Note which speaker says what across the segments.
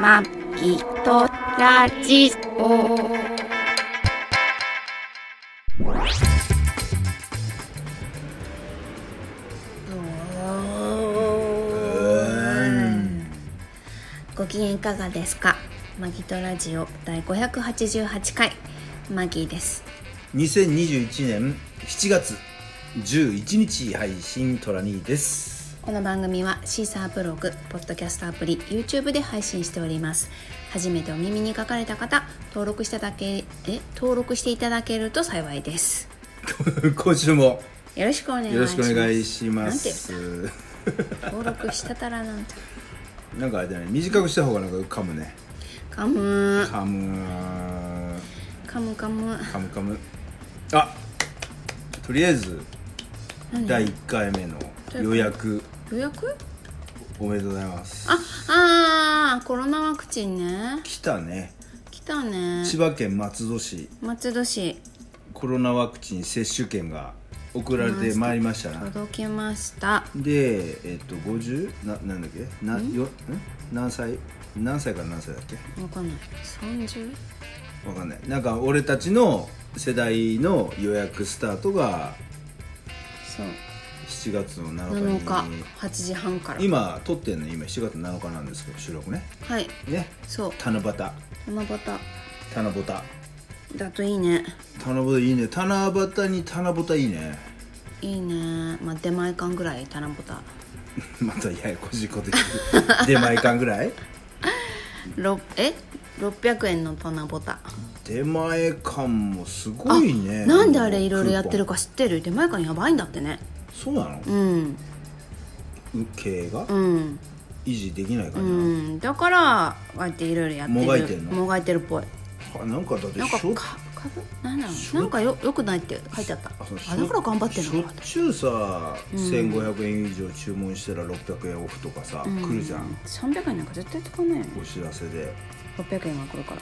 Speaker 1: まきとラジオ。ご機嫌いかがですか。マギトラジオ第588回マギーです。
Speaker 2: 2021年7月11日配信トラニーです
Speaker 1: この番組はシーサーブログ、ポッドキャストアプリ、YouTube で配信しております。初めてお耳に書かかれた方、登録しただけえ登録していただけると幸いです。
Speaker 2: 今週も
Speaker 1: よろしくお願いしま
Speaker 2: よろ
Speaker 1: す。
Speaker 2: しくお願いしま
Speaker 1: なんて
Speaker 2: す
Speaker 1: 登録したたらなんて。
Speaker 2: なんかあれだね短くした方がなんか噛むね
Speaker 1: カム
Speaker 2: 噛む
Speaker 1: カムカム。
Speaker 2: 噛む噛むあとりあえず第1回目の予約
Speaker 1: 予約？
Speaker 2: おめでとうございます
Speaker 1: あ、あーコロナワクチンね。
Speaker 2: 来たね
Speaker 1: 来たね。
Speaker 2: 千葉県松戸市
Speaker 1: 松戸市
Speaker 2: コロナワクチン接種券が送られてまいりましたな
Speaker 1: 届きました。
Speaker 2: でえっと50ななんだっけなよん何歳何歳から何歳だっけ
Speaker 1: わかんない。三十？
Speaker 2: わかんないなんか俺たちの世代の予約スタートが
Speaker 1: そう。
Speaker 2: 7月の
Speaker 1: 七
Speaker 2: 7
Speaker 1: 日
Speaker 2: 日に
Speaker 1: 八時半から。
Speaker 2: 今撮ってんの今7月7日なんですけど収録ね
Speaker 1: はい。
Speaker 2: ね
Speaker 1: そう。
Speaker 2: 七夕七
Speaker 1: 七夕
Speaker 2: 夕
Speaker 1: だといいね
Speaker 2: 七夕いいね七夕に七夕いいね
Speaker 1: いいねまあ出前館ぐらい七夕
Speaker 2: またややこしいこと 言ってる出前館ぐらい
Speaker 1: ろえ600円の七夕
Speaker 2: 出前館もすごいね
Speaker 1: なんであれいろいろやってる
Speaker 2: か
Speaker 1: か知ってる出前館やばいんだってね
Speaker 2: そうなの
Speaker 1: うん
Speaker 2: 経営が
Speaker 1: うん
Speaker 2: 維持できないか
Speaker 1: う
Speaker 2: ら、
Speaker 1: んだからああえていろいろやってる
Speaker 2: もがいてんの
Speaker 1: もがいてるっぽい
Speaker 2: あなんかだって
Speaker 1: なんか
Speaker 2: しょ
Speaker 1: 株株なんだろうなんかよよくないって書いてあった
Speaker 2: あそう
Speaker 1: あだから頑張ってん
Speaker 2: しょ
Speaker 1: の
Speaker 2: っ
Speaker 1: か
Speaker 2: ちゅうさ、1500円以上注文したら600円オフとかさ、来るじゃん
Speaker 1: 300円なんか絶対使わないよね
Speaker 2: お知らせで
Speaker 1: 600円が来るから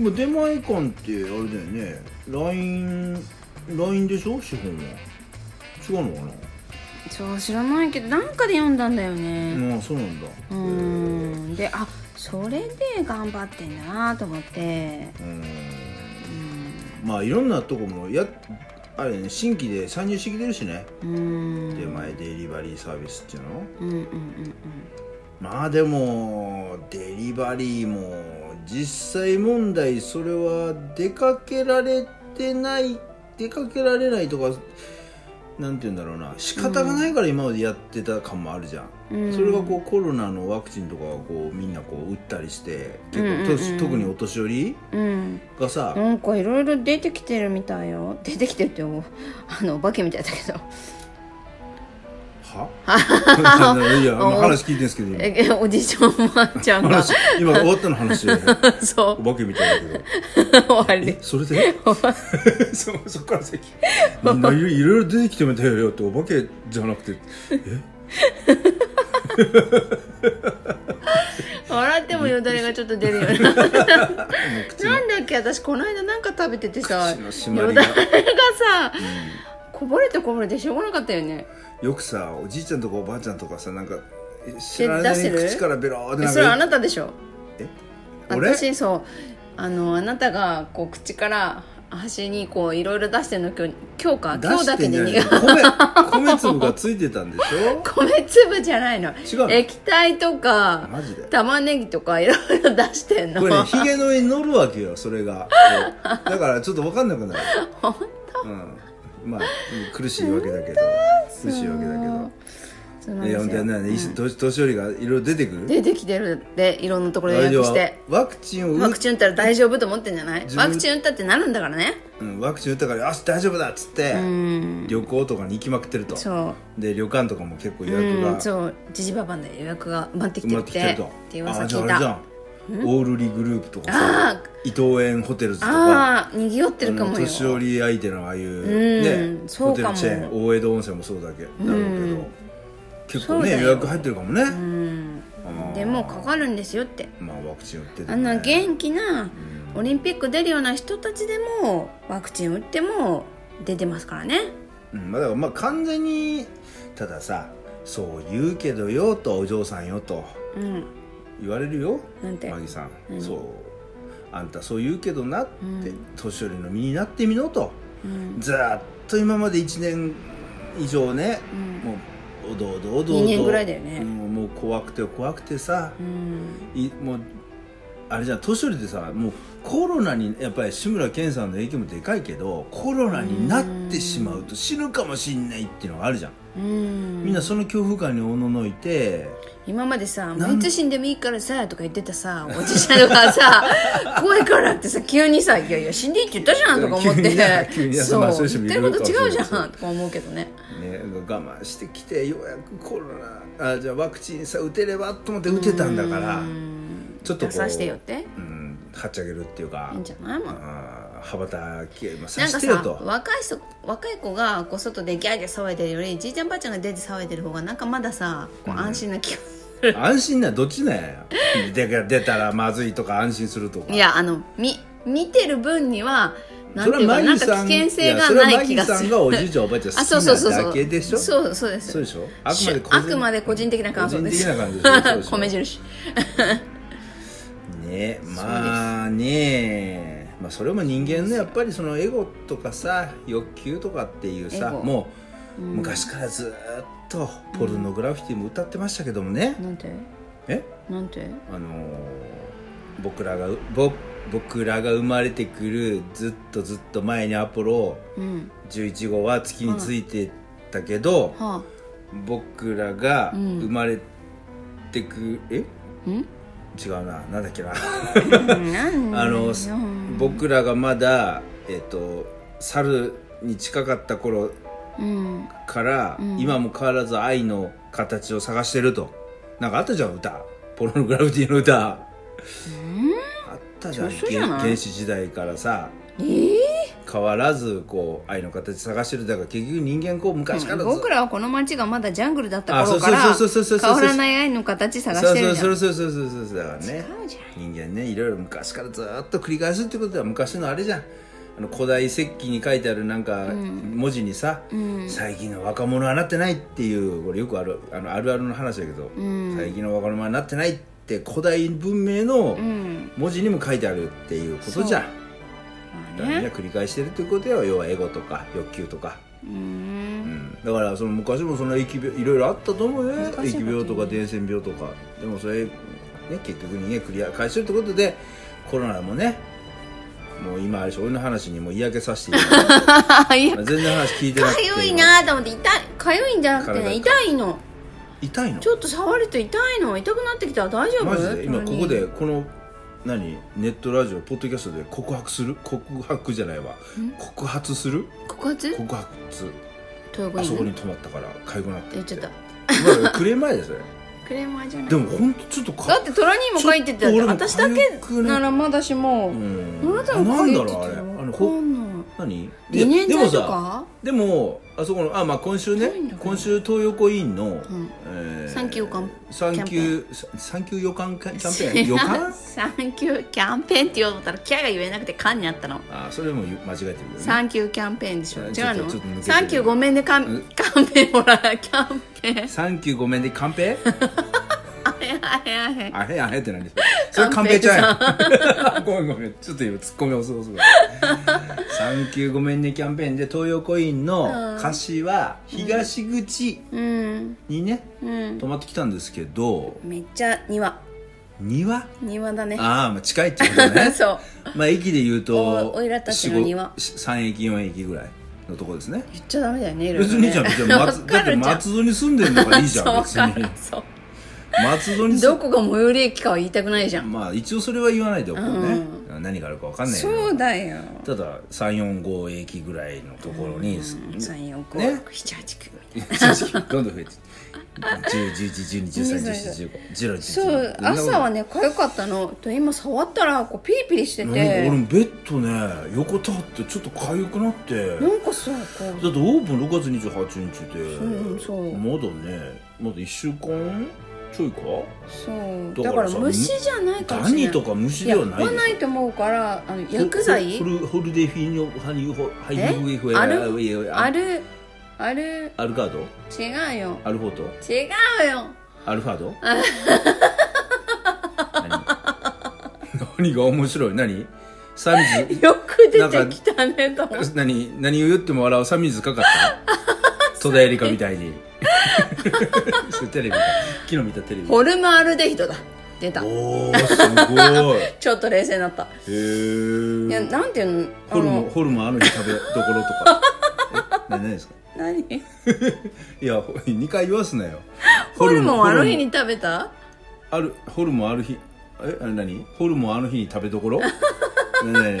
Speaker 2: でも出前館ってあれだよね LINE, LINE でしょ資本は違うのかな、
Speaker 1: そう知らないけどなんかで読んだんだよね
Speaker 2: ああそうなんだ
Speaker 1: うーんであそれで頑張ってんだなと思って
Speaker 2: うんまあいろんなとこもやあれね新規で参入してきてるしね、
Speaker 1: うーん
Speaker 2: 出前デリバリーサービスっていうの
Speaker 1: うんうんうん
Speaker 2: まあでもデリバリーも実際問題それは出かけられてない出かけられないとかなんて言うんだろうな仕方がないから今までやってた感もあるじゃん、
Speaker 1: うん
Speaker 2: それがこうコロナのワクチンとかをこうみんなこう打ったりして
Speaker 1: う
Speaker 2: 結
Speaker 1: んうんうん
Speaker 2: 構とし、特にお年寄り
Speaker 1: うん
Speaker 2: がさ、
Speaker 1: なんかいろいろ出てきてるみたいよ出てきてるって思うあのお化けみたいだけど
Speaker 2: は いや今話聞いてるんですけど今
Speaker 1: ええおじいちゃんおばあちゃ んが
Speaker 2: 話今終わったの話で
Speaker 1: そ
Speaker 2: お化けみたいだけど
Speaker 1: う終わり
Speaker 2: えそ れで そそっから先いろいろ出てきてみたよよってお化けじゃなくてえ
Speaker 1: 笑ってもよだれがちょっと出るよね なんだっけ私この間なんか食べててさ
Speaker 2: 口の締ま
Speaker 1: よ
Speaker 2: り
Speaker 1: だれ
Speaker 2: が
Speaker 1: がさ、こぼれてこぼれてしょうがなかったよね
Speaker 2: よくさおじいちゃんとかおばあちゃんとかさなんかえ知
Speaker 1: え
Speaker 2: らな
Speaker 1: 出して
Speaker 2: い
Speaker 1: る
Speaker 2: 口からベローって
Speaker 1: え
Speaker 2: なん
Speaker 1: それあ
Speaker 2: か
Speaker 1: なたでしょ
Speaker 2: え俺
Speaker 1: 私そうあのあなたがこう口から端にこういろいろ出してるの今日今日か
Speaker 2: 出
Speaker 1: 今日
Speaker 2: し
Speaker 1: だけ
Speaker 2: てん
Speaker 1: で
Speaker 2: じゃな
Speaker 1: 苦
Speaker 2: い
Speaker 1: い
Speaker 2: 米米粒がついてたんでし ょ
Speaker 1: 米粒じゃないの
Speaker 2: 違うの
Speaker 1: 液体とか
Speaker 2: マジで
Speaker 1: 玉ねぎとかいろいろ出してんの
Speaker 2: これねひげの上に乗るわけよそ れがこうだからちょっと分かんなくなる
Speaker 1: ほんと
Speaker 2: うんまあ苦しいわけだけど苦しいわけだけど
Speaker 1: そうなんで
Speaker 2: い
Speaker 1: す
Speaker 2: や
Speaker 1: よ
Speaker 2: 本当やな、ね
Speaker 1: うん
Speaker 2: 年年寄りがいろいろ出てくる
Speaker 1: 出てきてるっていろんなところ
Speaker 2: 大
Speaker 1: で予約し
Speaker 2: 丈夫
Speaker 1: て
Speaker 2: ワクチンを打
Speaker 1: ワ
Speaker 2: っ
Speaker 1: クチン打ったら大丈夫と思ってんじゃない
Speaker 2: 自分
Speaker 1: ワクチン打ったってなるんだからね
Speaker 2: うんワクチン打ったからよし大丈夫だっつって、
Speaker 1: うん
Speaker 2: 旅行とかに行きまくってると
Speaker 1: そう
Speaker 2: で旅館とかも結構予約
Speaker 1: う
Speaker 2: が
Speaker 1: んそうジジババンで予約が埋まってき
Speaker 2: 埋
Speaker 1: て
Speaker 2: ま
Speaker 1: っ
Speaker 2: って
Speaker 1: て
Speaker 2: きてると
Speaker 1: っていう噂
Speaker 2: あじゃあ
Speaker 1: 聞い
Speaker 2: あれじ
Speaker 1: た
Speaker 2: ゃんオールリグループとか
Speaker 1: あ
Speaker 2: さ伊藤園ホテルズとか
Speaker 1: ああにぎわってるか
Speaker 2: あの
Speaker 1: もよ
Speaker 2: 年寄り相手のああいう、
Speaker 1: うん
Speaker 2: ね
Speaker 1: そ
Speaker 2: ホ
Speaker 1: う
Speaker 2: テ
Speaker 1: かも
Speaker 2: ルチェーン大江戸温泉もそうだけだろうけど、結構
Speaker 1: そうだ
Speaker 2: ね
Speaker 1: よ
Speaker 2: 予約入ってるかもね、
Speaker 1: うん
Speaker 2: あー
Speaker 1: でもかかるんですよって
Speaker 2: まあワクチン打ってて、ね、
Speaker 1: あんな元気なオリンピック出るような人たちでもワクチン打っても出てますからね
Speaker 2: うん、まあだからまあ完全にたださそう言うけどよとお嬢さんよと
Speaker 1: うん
Speaker 2: 言われるよ
Speaker 1: なんて
Speaker 2: マギさん、
Speaker 1: 何
Speaker 2: そうあんたそう言うけどなって、
Speaker 1: うん
Speaker 2: 年寄りの身になってみろと
Speaker 1: うん
Speaker 2: ずーっと今まで1年以上ね、
Speaker 1: うん
Speaker 2: もうおどおどおどおど
Speaker 1: 2年ぐらいだよ
Speaker 2: うん
Speaker 1: ね
Speaker 2: もう怖くて怖くてさ、
Speaker 1: うん
Speaker 2: いもうあれじゃん年寄りでさもうコロナにやっぱり志村けんさんの影響もでかいけどコロナになってしまうと死ぬかもしんないっていうのがあるじゃん、
Speaker 1: うん
Speaker 2: みんなその恐怖感におののいて
Speaker 1: 今までさ「
Speaker 2: なん
Speaker 1: もういつ死んでもいいからさ」とか言ってたさおじちゃんが さ怖いからってさ急にさ「いやいや死んでいいって言ったじゃん」とか思っ
Speaker 2: 急にね
Speaker 1: て
Speaker 2: 急にね
Speaker 1: そう
Speaker 2: まあそういう人
Speaker 1: 言
Speaker 2: も
Speaker 1: っ
Speaker 2: い
Speaker 1: て
Speaker 2: る
Speaker 1: ること違
Speaker 2: のか
Speaker 1: うじゃん
Speaker 2: そうそう
Speaker 1: とか思うけどね
Speaker 2: ね、我慢してきてようやくコロナあじゃあワクチンさ打てればと思って打てたんだから
Speaker 1: うん
Speaker 2: ちょっとこう
Speaker 1: 出さしてよって
Speaker 2: うんはっちゃけるっていうか
Speaker 1: いいんじゃないもん
Speaker 2: あー羽ばたき今さ
Speaker 1: なん
Speaker 2: し
Speaker 1: か
Speaker 2: てよ
Speaker 1: さ
Speaker 2: と
Speaker 1: 若い人若い子がこう外でギャーギャー騒いでるよりじいちゃんばあちゃんが出て騒いでる方がなんかまださこう安心な気がする、
Speaker 2: 安心などっちなんやで出たらまずいとか安心するとか
Speaker 1: いやあのみ見てる分にはな
Speaker 2: そ
Speaker 1: ん
Speaker 2: れ
Speaker 1: て
Speaker 2: は
Speaker 1: いうかな
Speaker 2: マギ
Speaker 1: んか
Speaker 2: さん
Speaker 1: 危険性が
Speaker 2: やそれは
Speaker 1: ない気が
Speaker 2: マギ
Speaker 1: す
Speaker 2: さん
Speaker 1: る
Speaker 2: がおじいちゃんおばあちゃん
Speaker 1: あそうそうそう
Speaker 2: 好きな
Speaker 1: そ
Speaker 2: だ
Speaker 1: う
Speaker 2: けでしょ
Speaker 1: そうそうです
Speaker 2: そうでしょ
Speaker 1: あ
Speaker 2: あ
Speaker 1: く
Speaker 2: く
Speaker 1: ま
Speaker 2: ま
Speaker 1: で
Speaker 2: で
Speaker 1: 個
Speaker 2: 個
Speaker 1: 人
Speaker 2: 人
Speaker 1: 的な感想です
Speaker 2: 個人的な感想でしょそう でしょ
Speaker 1: 米印
Speaker 2: ねまあねまあそれも人間のやっぱりそのエゴとかさ欲求とかっていうさ
Speaker 1: エゴ
Speaker 2: もう昔からずーっとポルノグラフィティも歌ってましたけどもね、
Speaker 1: なんて
Speaker 2: え
Speaker 1: なんて
Speaker 2: あのー僕らが僕僕らが生まれてくるずっとずっと前にアポロ
Speaker 1: うん
Speaker 2: 11号は月についてたけど、
Speaker 1: は
Speaker 2: 僕らが
Speaker 1: うん
Speaker 2: 生まれてく、え
Speaker 1: あん
Speaker 2: 違うななんだっけな
Speaker 1: 何
Speaker 2: あの
Speaker 1: うん
Speaker 2: 僕らがまだえっ、と猿に近かった頃
Speaker 1: うん
Speaker 2: から、
Speaker 1: うん
Speaker 2: 今も変わらず愛の形を探してるとなんかあったじゃん歌ポロノグラフィティの歌あったじゃん
Speaker 1: 調子じゃない
Speaker 2: 原始時代からさ
Speaker 1: えー
Speaker 2: 変わらずこう愛の形探してるだから結局人間こう昔からずっと
Speaker 1: 僕らはこの街がまだジャングルだった頃
Speaker 2: あ
Speaker 1: から変
Speaker 2: そうそうそうそうそうそ
Speaker 1: わ
Speaker 2: う
Speaker 1: らない愛の形探してるじゃ
Speaker 2: そうんそうそうそうそうそうそうだからね
Speaker 1: 違うじ
Speaker 2: 人間ねいろいろ昔からずっと繰り返すってことは昔のあれじゃんあの古代石器に書いてあるなんか文字にさ、
Speaker 1: うん
Speaker 2: 最近の若者はなってないっていうこれよくあるあのあるあるの話だけど、
Speaker 1: うん
Speaker 2: 最近の若者はなってないって古代文明の
Speaker 1: うん
Speaker 2: 文字にも書いてあるっていうことじゃん、
Speaker 1: ま
Speaker 2: だ
Speaker 1: あ
Speaker 2: からみんな
Speaker 1: ね
Speaker 2: 繰り返してるってことよ要はエゴとか欲求とか
Speaker 1: う
Speaker 2: うんんだからその昔もその疫病いろいろあったと思うよ
Speaker 1: 難しいこと言う
Speaker 2: 疫病とか伝染病とかでもそれ、ね、結局人間クリア返してるってことでコロナもねもう今あれし俺の話にもう嫌気させていい
Speaker 1: いや
Speaker 2: 全然話聞いてなく
Speaker 1: か
Speaker 2: て
Speaker 1: ゆいなと思って痛いかゆいんじゃなくてね痛
Speaker 2: 体
Speaker 1: いの
Speaker 2: 痛いの
Speaker 1: ちょっと触ると痛いの痛くなってきたら大丈夫
Speaker 2: マジで今
Speaker 1: 何
Speaker 2: ここでこの何ネットラジオポッドキャストで告白する告白じゃないわ告発する
Speaker 1: 告発
Speaker 2: 告発
Speaker 1: トヨコ
Speaker 2: あそこに
Speaker 1: に
Speaker 2: 止まったからかゆくなって
Speaker 1: 言っちゃった
Speaker 2: まあクレーマーですよ
Speaker 1: クレーマーじゃない
Speaker 2: でも本当ちょっとか
Speaker 1: だってトラ兄も書いてた
Speaker 2: ち
Speaker 1: よ
Speaker 2: ょっと
Speaker 1: 私だ
Speaker 2: 俺も
Speaker 1: け
Speaker 2: 痒くな
Speaker 1: ならまだしも
Speaker 2: うん
Speaker 1: あなたが書
Speaker 2: ん
Speaker 1: い
Speaker 2: だ
Speaker 1: て
Speaker 2: ろ
Speaker 1: た
Speaker 2: うあれ
Speaker 1: ら
Speaker 2: あ
Speaker 1: わ
Speaker 2: の
Speaker 1: か
Speaker 2: ほ
Speaker 1: んない
Speaker 2: 何
Speaker 1: 理念
Speaker 2: で
Speaker 1: 剤
Speaker 2: も
Speaker 1: と
Speaker 2: さ
Speaker 1: か
Speaker 2: でもあそこのあまあ今週ね
Speaker 1: ないんだけど
Speaker 2: 今週東横委員の、
Speaker 1: ん
Speaker 2: えー
Speaker 1: 産休予感
Speaker 2: 産休産休予感 キャンペーン予感
Speaker 1: サンキューキャンペーンって言おうと思ったらキャが言えなくてカンになったの
Speaker 2: あそれも間違えてるよね
Speaker 1: サンキューキャンペーンでしょ
Speaker 2: あ
Speaker 1: 違
Speaker 2: ちょっとち
Speaker 1: う
Speaker 2: ょっと抜けて
Speaker 1: の
Speaker 2: る
Speaker 1: サンキューごめんねカ
Speaker 2: うん
Speaker 1: ンカンペほらキャンペーン
Speaker 2: 産休ごめんでカンペ
Speaker 1: あれあれあれ
Speaker 2: あれあれって何それカンペちゃうやん ごめんごめんちょっと今ツッコミ遅すごい産休ごめんねキャンペーンで東横委員の歌詞は東口
Speaker 1: うん
Speaker 2: にね、
Speaker 1: うん
Speaker 2: 泊まってきたんですけど
Speaker 1: めっちゃ庭
Speaker 2: 庭
Speaker 1: 庭だね
Speaker 2: ああまあ近いってことね
Speaker 1: そう
Speaker 2: まあ駅で言うと
Speaker 1: おおいらたちの庭
Speaker 2: 3駅4駅ぐらいのとこですね
Speaker 1: 言っちゃダメだよねいろい
Speaker 2: 別
Speaker 1: ろ
Speaker 2: にい
Speaker 1: ね
Speaker 2: いじゃん別に松
Speaker 1: わ
Speaker 2: だ
Speaker 1: か
Speaker 2: って
Speaker 1: るじゃん
Speaker 2: 松戸に住んでるのがいいじゃん別
Speaker 1: そうわか
Speaker 2: に
Speaker 1: るそう
Speaker 2: 松戸に住
Speaker 1: どこが最寄り駅かは言いたくないじゃん、
Speaker 2: まあ一応それは言わないでおこうね、何があるか分かんないけど
Speaker 1: そうだよ
Speaker 2: ただ345駅ぐらいのところに、ね
Speaker 1: 345678
Speaker 2: どんどん増えて10111213141516
Speaker 1: そう朝はねかゆかったのと今触ったらこうピリピリして
Speaker 2: なんか俺
Speaker 1: て
Speaker 2: もベッドね横たわってちょっと痒くなって
Speaker 1: なんかさこう
Speaker 2: だってオープン6月28日で、
Speaker 1: うんそう
Speaker 2: まだねまだ1週間ちょいか
Speaker 1: そう
Speaker 2: だ
Speaker 1: だ
Speaker 2: か
Speaker 1: からら
Speaker 2: さ
Speaker 1: 虫じゃないかもしれない
Speaker 2: ダニとか虫ではない
Speaker 1: や
Speaker 2: で
Speaker 1: 合わないと思うからあの薬剤
Speaker 2: ホルホルデフィニョハニュホハニ
Speaker 1: え
Speaker 2: ュフェ
Speaker 1: アル
Speaker 2: ル
Speaker 1: あるある
Speaker 2: アルガード
Speaker 1: 違うよ
Speaker 2: アルフォート
Speaker 1: 違うよ
Speaker 2: アルファード何 が面白い何三水
Speaker 1: よく出てきたねと思って
Speaker 2: 何何を言っても笑う三水かかった 戸田恵梨香みたいに それテレビか昨日見たテレビ
Speaker 1: ホルマールデヒドだ出た
Speaker 2: おーす ごいへ
Speaker 1: ちょっと冷静になったいや
Speaker 2: え
Speaker 1: なんていうのあ
Speaker 2: ホル モン
Speaker 1: の
Speaker 2: ホルモンあるに食べどころと かえな何ですか
Speaker 1: 何
Speaker 2: いやほ二回言わすなよ
Speaker 1: ホルモンあの日
Speaker 2: ホルモン
Speaker 1: に食べた
Speaker 2: あるホルモンある日えあれ何ホルモンあの日に食べど ころねえねえ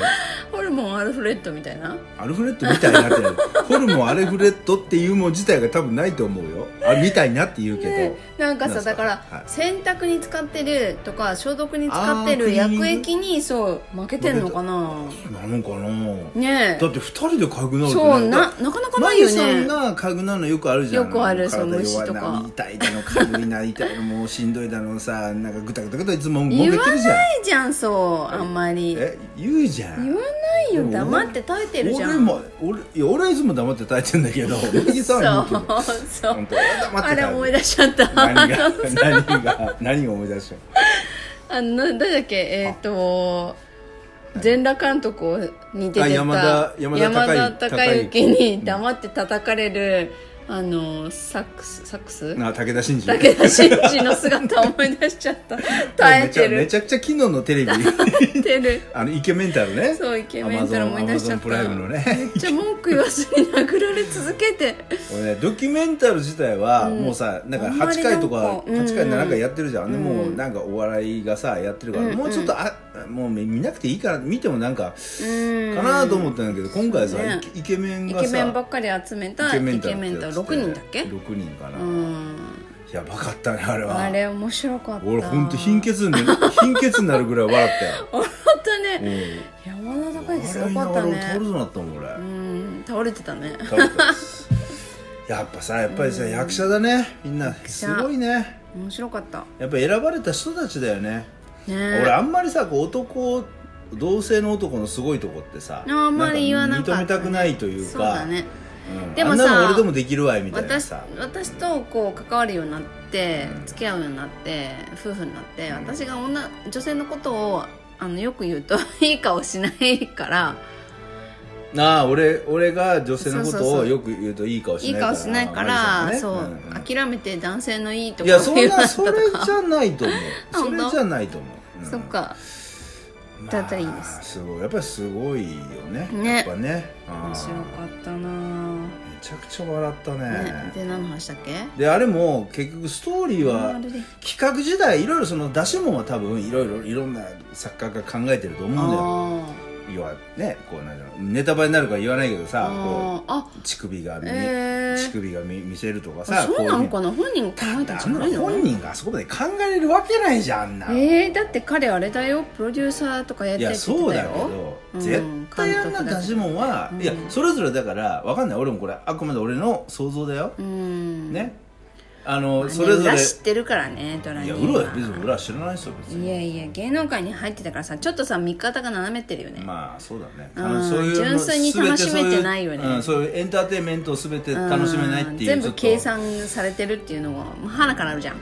Speaker 1: ホルモンアルフレッドみたいな
Speaker 2: アルフレッドみたいになってるホルモンアルフレッドっていうもの自体が多分ないと思うよあみたいなって言うけど、
Speaker 1: ねなんかさ
Speaker 2: なんすか
Speaker 1: だから、
Speaker 2: はい
Speaker 1: 洗濯に使ってるとか消毒に使って
Speaker 2: あーク
Speaker 1: る
Speaker 2: リーニ
Speaker 1: 薬
Speaker 2: ング
Speaker 1: 液にそう負けてんのかな
Speaker 2: なのかな、
Speaker 1: ね
Speaker 2: だ
Speaker 1: え
Speaker 2: って二人で家具なるって
Speaker 1: そうな
Speaker 2: だ
Speaker 1: なかなかな
Speaker 2: マ
Speaker 1: いよ
Speaker 2: ギさん
Speaker 1: ね
Speaker 2: が家具なのよくあるじゃん
Speaker 1: よくある
Speaker 2: 体
Speaker 1: そう虫とか
Speaker 2: 弱いな痛いだの家具になりたいのもうしんどいだのさなんかグタグタグタいつももめて
Speaker 1: 言
Speaker 2: る
Speaker 1: わ
Speaker 2: じゃん
Speaker 1: ないじゃんそうあんまり
Speaker 2: え言うじゃん
Speaker 1: 言わないよ
Speaker 2: でも
Speaker 1: 黙って耐えてるじゃ
Speaker 2: 俺
Speaker 1: ん
Speaker 2: も俺いや俺はいつも黙って耐えてんだけどマギさ
Speaker 1: そ
Speaker 2: ん
Speaker 1: う
Speaker 2: は言うけど
Speaker 1: そ
Speaker 2: 本
Speaker 1: う
Speaker 2: 当俺は黙って
Speaker 1: あれ
Speaker 2: 耐えて
Speaker 1: 思い出しちゃった
Speaker 2: 何が何が何が思い出し た
Speaker 1: あのなんだっけえっ、と全裸監督を似ててた
Speaker 2: あ山田山田孝之
Speaker 1: 山田孝之に黙って叩かれる、あのサックスサックス
Speaker 2: な武田真治
Speaker 1: 武田真治の姿思い出しちゃった 耐えて
Speaker 2: め
Speaker 1: る
Speaker 2: ちゃめちゃくちゃ昨日のテレビ
Speaker 1: 耐えてる
Speaker 2: あのイケメンタルね
Speaker 1: そうイケメンから思い出しちゃっ
Speaker 2: Amazon プライムの
Speaker 1: ため
Speaker 2: ね
Speaker 1: っちゃ文句言わずに殴られ続けて
Speaker 2: 俺ねドキュメンタル自体は
Speaker 1: うん
Speaker 2: もうさ、なんか
Speaker 1: あんまり
Speaker 2: 8回
Speaker 1: な
Speaker 2: と
Speaker 1: ん
Speaker 2: か
Speaker 1: かうん
Speaker 2: 8回7回やってるじゃん、でも
Speaker 1: う
Speaker 2: うんなんかお笑いがさやってるから、
Speaker 1: うん
Speaker 2: もうちょっとあもう見なくていいから見てもなんか
Speaker 1: うん
Speaker 2: かなと思ったんだけど、今回さ、
Speaker 1: そうね
Speaker 2: イケイケメン
Speaker 1: イ
Speaker 2: がさ
Speaker 1: ケメンばっかり集めたイケメンタル6人だっけ
Speaker 2: 6人かな、
Speaker 1: うん
Speaker 2: やばかったねあれは
Speaker 1: あれ面白かった
Speaker 2: 俺ほんと貧血になる貧血になるぐらい笑
Speaker 1: 本当
Speaker 2: った
Speaker 1: ね
Speaker 2: よ、うん
Speaker 1: 山田孝之す
Speaker 2: 笑
Speaker 1: ご
Speaker 2: い
Speaker 1: か
Speaker 2: な
Speaker 1: っ
Speaker 2: が
Speaker 1: た
Speaker 2: ら倒れ
Speaker 1: ね
Speaker 2: そうになったもん俺、
Speaker 1: うん倒れてたね
Speaker 2: 倒れてますやっぱさやっぱりさ、役者だねみんなすごいね
Speaker 1: 面白かったね
Speaker 2: やっぱ選ばれた人たちだよね、俺
Speaker 1: え
Speaker 2: あんまりさこう男同性の男のすごいとこってさ
Speaker 1: ああんまり言わなかったね
Speaker 2: ん認めたくないというか
Speaker 1: そうだね
Speaker 2: うん
Speaker 1: でもさ
Speaker 2: あんなの俺でもできるわいみたいな
Speaker 1: 私
Speaker 2: さ
Speaker 1: 私とこう関わるようになって付き合うようになって夫婦になって私が女女性のことをあのよく言うと いい顔しないから
Speaker 2: ああ俺俺が女性のこ
Speaker 1: そうそう
Speaker 2: と
Speaker 1: そ
Speaker 2: を
Speaker 1: う
Speaker 2: よく言うといい顔
Speaker 1: い
Speaker 2: し
Speaker 1: い
Speaker 2: ない
Speaker 1: 顔しないから
Speaker 2: マリさん
Speaker 1: そ
Speaker 2: は
Speaker 1: う
Speaker 2: ねんん
Speaker 1: 諦めて男性のいいと
Speaker 2: い
Speaker 1: こ
Speaker 2: やそ
Speaker 1: 言
Speaker 2: ん
Speaker 1: うようにな
Speaker 2: な
Speaker 1: った
Speaker 2: そ
Speaker 1: と
Speaker 2: れ
Speaker 1: か
Speaker 2: じゃないと思うそ
Speaker 1: 本当
Speaker 2: れじゃないと思う、う ん
Speaker 1: そっか
Speaker 2: まあ
Speaker 1: だったらいいです
Speaker 2: すごいやっぱりすごいよね
Speaker 1: ね
Speaker 2: やっぱねあー
Speaker 1: 面白かったな
Speaker 2: めちゃくちゃ笑ったね
Speaker 1: ねで何の話だっけ
Speaker 2: であれも結局ストーリーは企画時代いろいろその出し物は多分いろいろいろんな作家が考えてると思うんだよ
Speaker 1: あ
Speaker 2: 要はねこうなんだろうネタバレになるから言わないけど
Speaker 1: あ
Speaker 2: さこ
Speaker 1: ああ
Speaker 2: う乳首が見、
Speaker 1: え
Speaker 2: 乳
Speaker 1: ー
Speaker 2: 首が見見せるとか
Speaker 1: あ
Speaker 2: さ
Speaker 1: そうなの
Speaker 2: こ
Speaker 1: かな本人が考
Speaker 2: ういう
Speaker 1: えたんじゃない
Speaker 2: だから
Speaker 1: の
Speaker 2: 本人があそこまで考えれるわけないじゃんあんな、
Speaker 1: えー、だって彼あれだよプロデューサーとかやっ
Speaker 2: い
Speaker 1: てる
Speaker 2: や
Speaker 1: って
Speaker 2: そ
Speaker 1: 言っ
Speaker 2: う
Speaker 1: て
Speaker 2: だ
Speaker 1: た
Speaker 2: け
Speaker 1: よ
Speaker 2: ど、
Speaker 1: うん
Speaker 2: 絶対あんな出し物
Speaker 1: 監督だ
Speaker 2: は、
Speaker 1: けど
Speaker 2: いや
Speaker 1: うん
Speaker 2: それぞれだからわかんない俺もこれあくまで俺の想像だよ、
Speaker 1: うん
Speaker 2: ねあの、
Speaker 1: まあね
Speaker 2: それぞれ
Speaker 1: 裏知ってるからねドラ
Speaker 2: い
Speaker 1: に
Speaker 2: や
Speaker 1: は
Speaker 2: 裏は別に裏は知らないですよ別
Speaker 1: い
Speaker 2: に
Speaker 1: やいや芸能界に入ってたからさちょっとさ見方が斜めってるよね、
Speaker 2: まあそうだね
Speaker 1: うん
Speaker 2: あのそういうの
Speaker 1: 純粋に楽しめてないよね
Speaker 2: 全てそういううん、そういうエンターテインメントを全て楽しめないっていう
Speaker 1: 全
Speaker 2: ちょ
Speaker 1: 部
Speaker 2: っと
Speaker 1: 計算されてるっていうのがもう花からあるじゃん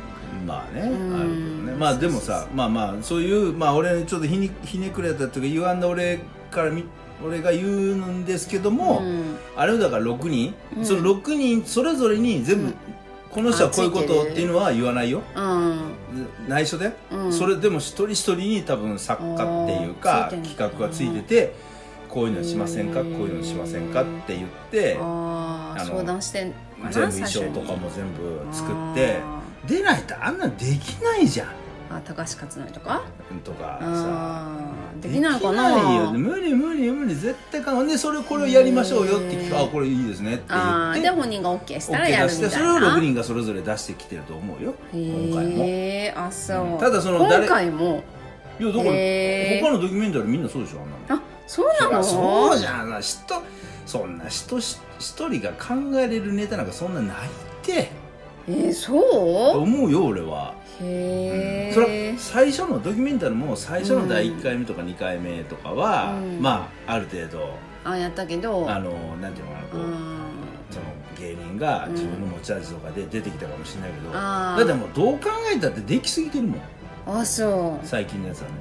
Speaker 2: まあね、
Speaker 1: ん
Speaker 2: あるけどねまあでもさまあまあそういうまあ俺ちょっとひにひねくれたというか言わんだ俺からみ俺が言うんですけども、
Speaker 1: うん
Speaker 2: あれをだから6人、
Speaker 1: うん
Speaker 2: その6人それぞれに全部、
Speaker 1: うん
Speaker 2: この人はこういうこ
Speaker 1: あつい
Speaker 2: と
Speaker 1: てる
Speaker 2: っていうのは言わないよ
Speaker 1: うん
Speaker 2: 内緒で、
Speaker 1: うん
Speaker 2: それでも一人一人に多分作家っていう
Speaker 1: あ
Speaker 2: か
Speaker 1: ーついてんの
Speaker 2: 企画がついててこういうのしませんか
Speaker 1: う
Speaker 2: こうんいうのしませんかって言って
Speaker 1: ああ
Speaker 2: あの
Speaker 1: 相談してんのかな
Speaker 2: 全部衣装
Speaker 1: 最初
Speaker 2: と
Speaker 1: に
Speaker 2: かも全部作って出ないとあんなんできないじゃ
Speaker 1: あーあ高橋克典とか
Speaker 2: んとかさ。
Speaker 1: あーできないのかな
Speaker 2: できないよ無理無理無理絶対かんでそれこれをやりましょうよって聞く
Speaker 1: うん
Speaker 2: あこれいいですねって言
Speaker 1: あ
Speaker 2: っ
Speaker 1: ー
Speaker 2: て
Speaker 1: で本人が OK したら
Speaker 2: OK
Speaker 1: や
Speaker 2: 出
Speaker 1: るみ
Speaker 2: して
Speaker 1: た
Speaker 2: そ
Speaker 1: い
Speaker 2: れを
Speaker 1: な
Speaker 2: 6人がそれぞれ出してきてると思うよ今回も
Speaker 1: へえあそう
Speaker 2: ただその誰
Speaker 1: 今回も
Speaker 2: いやだから
Speaker 1: へー
Speaker 2: 他のドキュメンタリーみんなそうでしょあんな
Speaker 1: あ
Speaker 2: の
Speaker 1: そうなの
Speaker 2: そうじゃん人そんな人し一人が考えれるネタなんかそんなないって
Speaker 1: えー、そう
Speaker 2: 思うよ俺は、
Speaker 1: へえ、
Speaker 2: それは最初のドキュメンタリーも最初の第1回目とか2回目とかは、
Speaker 1: うん
Speaker 2: まあある程度
Speaker 1: あやったけど
Speaker 2: あのなんていうのかなこ
Speaker 1: う
Speaker 2: う、
Speaker 1: ん
Speaker 2: その芸人が
Speaker 1: うん
Speaker 2: 自分の持ち味とかで出てきたかもしれないけど、
Speaker 1: あ
Speaker 2: だってもうどう考えたってできすぎてるもん
Speaker 1: ああそ
Speaker 2: 最近のやつはね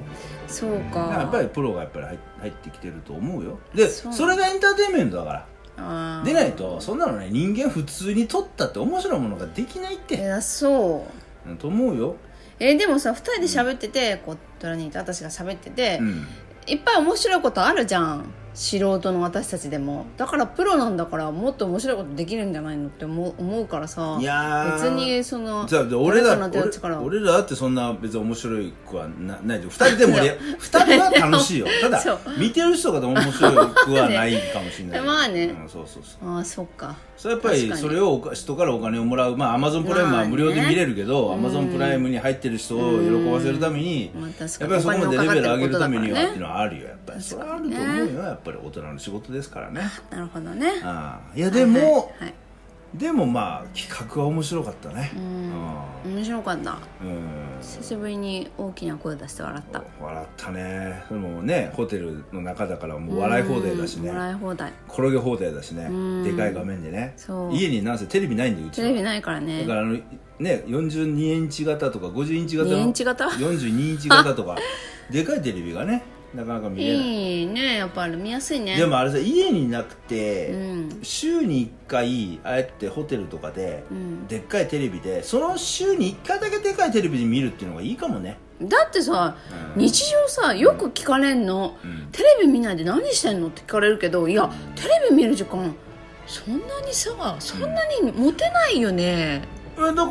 Speaker 1: うそう
Speaker 2: だ
Speaker 1: か
Speaker 2: からやっぱりプロがやっぱり入入ってきてると思うよで
Speaker 1: そ
Speaker 2: そうれがエンターテインメントだから
Speaker 1: あー
Speaker 2: でないとそんなのね人間普通に撮ったって面白いものができないっ
Speaker 1: い
Speaker 2: て、
Speaker 1: やそう
Speaker 2: うんと思うよ、
Speaker 1: えーでもさ2人で喋っててこうトラニーと私が喋ってて、
Speaker 2: うん、
Speaker 1: いっぱい面白いことあるじゃん素人の私たちでもだからプロなんだからもっと面白いことできるんじゃないのって思う思うからさ
Speaker 2: いやー
Speaker 1: 別にその
Speaker 2: じゃあ俺ら
Speaker 1: 誰かの手の力を
Speaker 2: 俺俺らだってそんな別に面白いくはなないで2人でも 俺二人は楽しいよただ
Speaker 1: そう
Speaker 2: 見てる人が面白くはないかもしれない
Speaker 1: まあね
Speaker 2: うん、そうそうそう
Speaker 1: ああそっか
Speaker 2: それやっぱり
Speaker 1: 確かに
Speaker 2: それをおか人からお金をもらうまあアマゾンプライム
Speaker 1: まあ
Speaker 2: は
Speaker 1: ね
Speaker 2: 無料で見れるけどアマゾンプライムに入ってる人を喜ばせるために
Speaker 1: まあ確か
Speaker 2: やっ
Speaker 1: に
Speaker 2: ぱりそこまでレベル上げるためにはっていう
Speaker 1: ね
Speaker 2: のはあるよやっぱりそれはあると思うよやっぱり大人の仕事ですからね
Speaker 1: なるほどね
Speaker 2: ああいやでも
Speaker 1: はいはい
Speaker 2: でもまあ企画は面白かったね
Speaker 1: はい面白かった
Speaker 2: うんうん
Speaker 1: 久しぶりに大きな声出して笑った
Speaker 2: 笑ったねでもねホテルの中だからもう笑い放題だしね
Speaker 1: うん笑い放題
Speaker 2: 転げ放題だしね
Speaker 1: ん
Speaker 2: でかい画面でね
Speaker 1: そう
Speaker 2: 家になんせテレビないんでうち
Speaker 1: テ
Speaker 2: は
Speaker 1: レビないからね
Speaker 2: だからあのね42インチ型とか50インチ型の
Speaker 1: 2インチ型
Speaker 2: 42インチ型と かでかいテレビがねなかなか見れない
Speaker 1: いいねやっぱり見やすいね
Speaker 2: でもあれさ家になく
Speaker 1: う
Speaker 2: て、
Speaker 1: ん
Speaker 2: 週に1回ああやってホテルとかで、
Speaker 1: うん
Speaker 2: でっかいテレビでその週に1回だけでかいテレビで見るっていうのがいいかもね
Speaker 1: だってさ
Speaker 2: うん
Speaker 1: 日常さよく聞かれんの、
Speaker 2: うん
Speaker 1: テレビ見ないで何してんのって聞かれるけどいやテレビ見る時間そんなにさそんなに持てないよね、
Speaker 2: えだから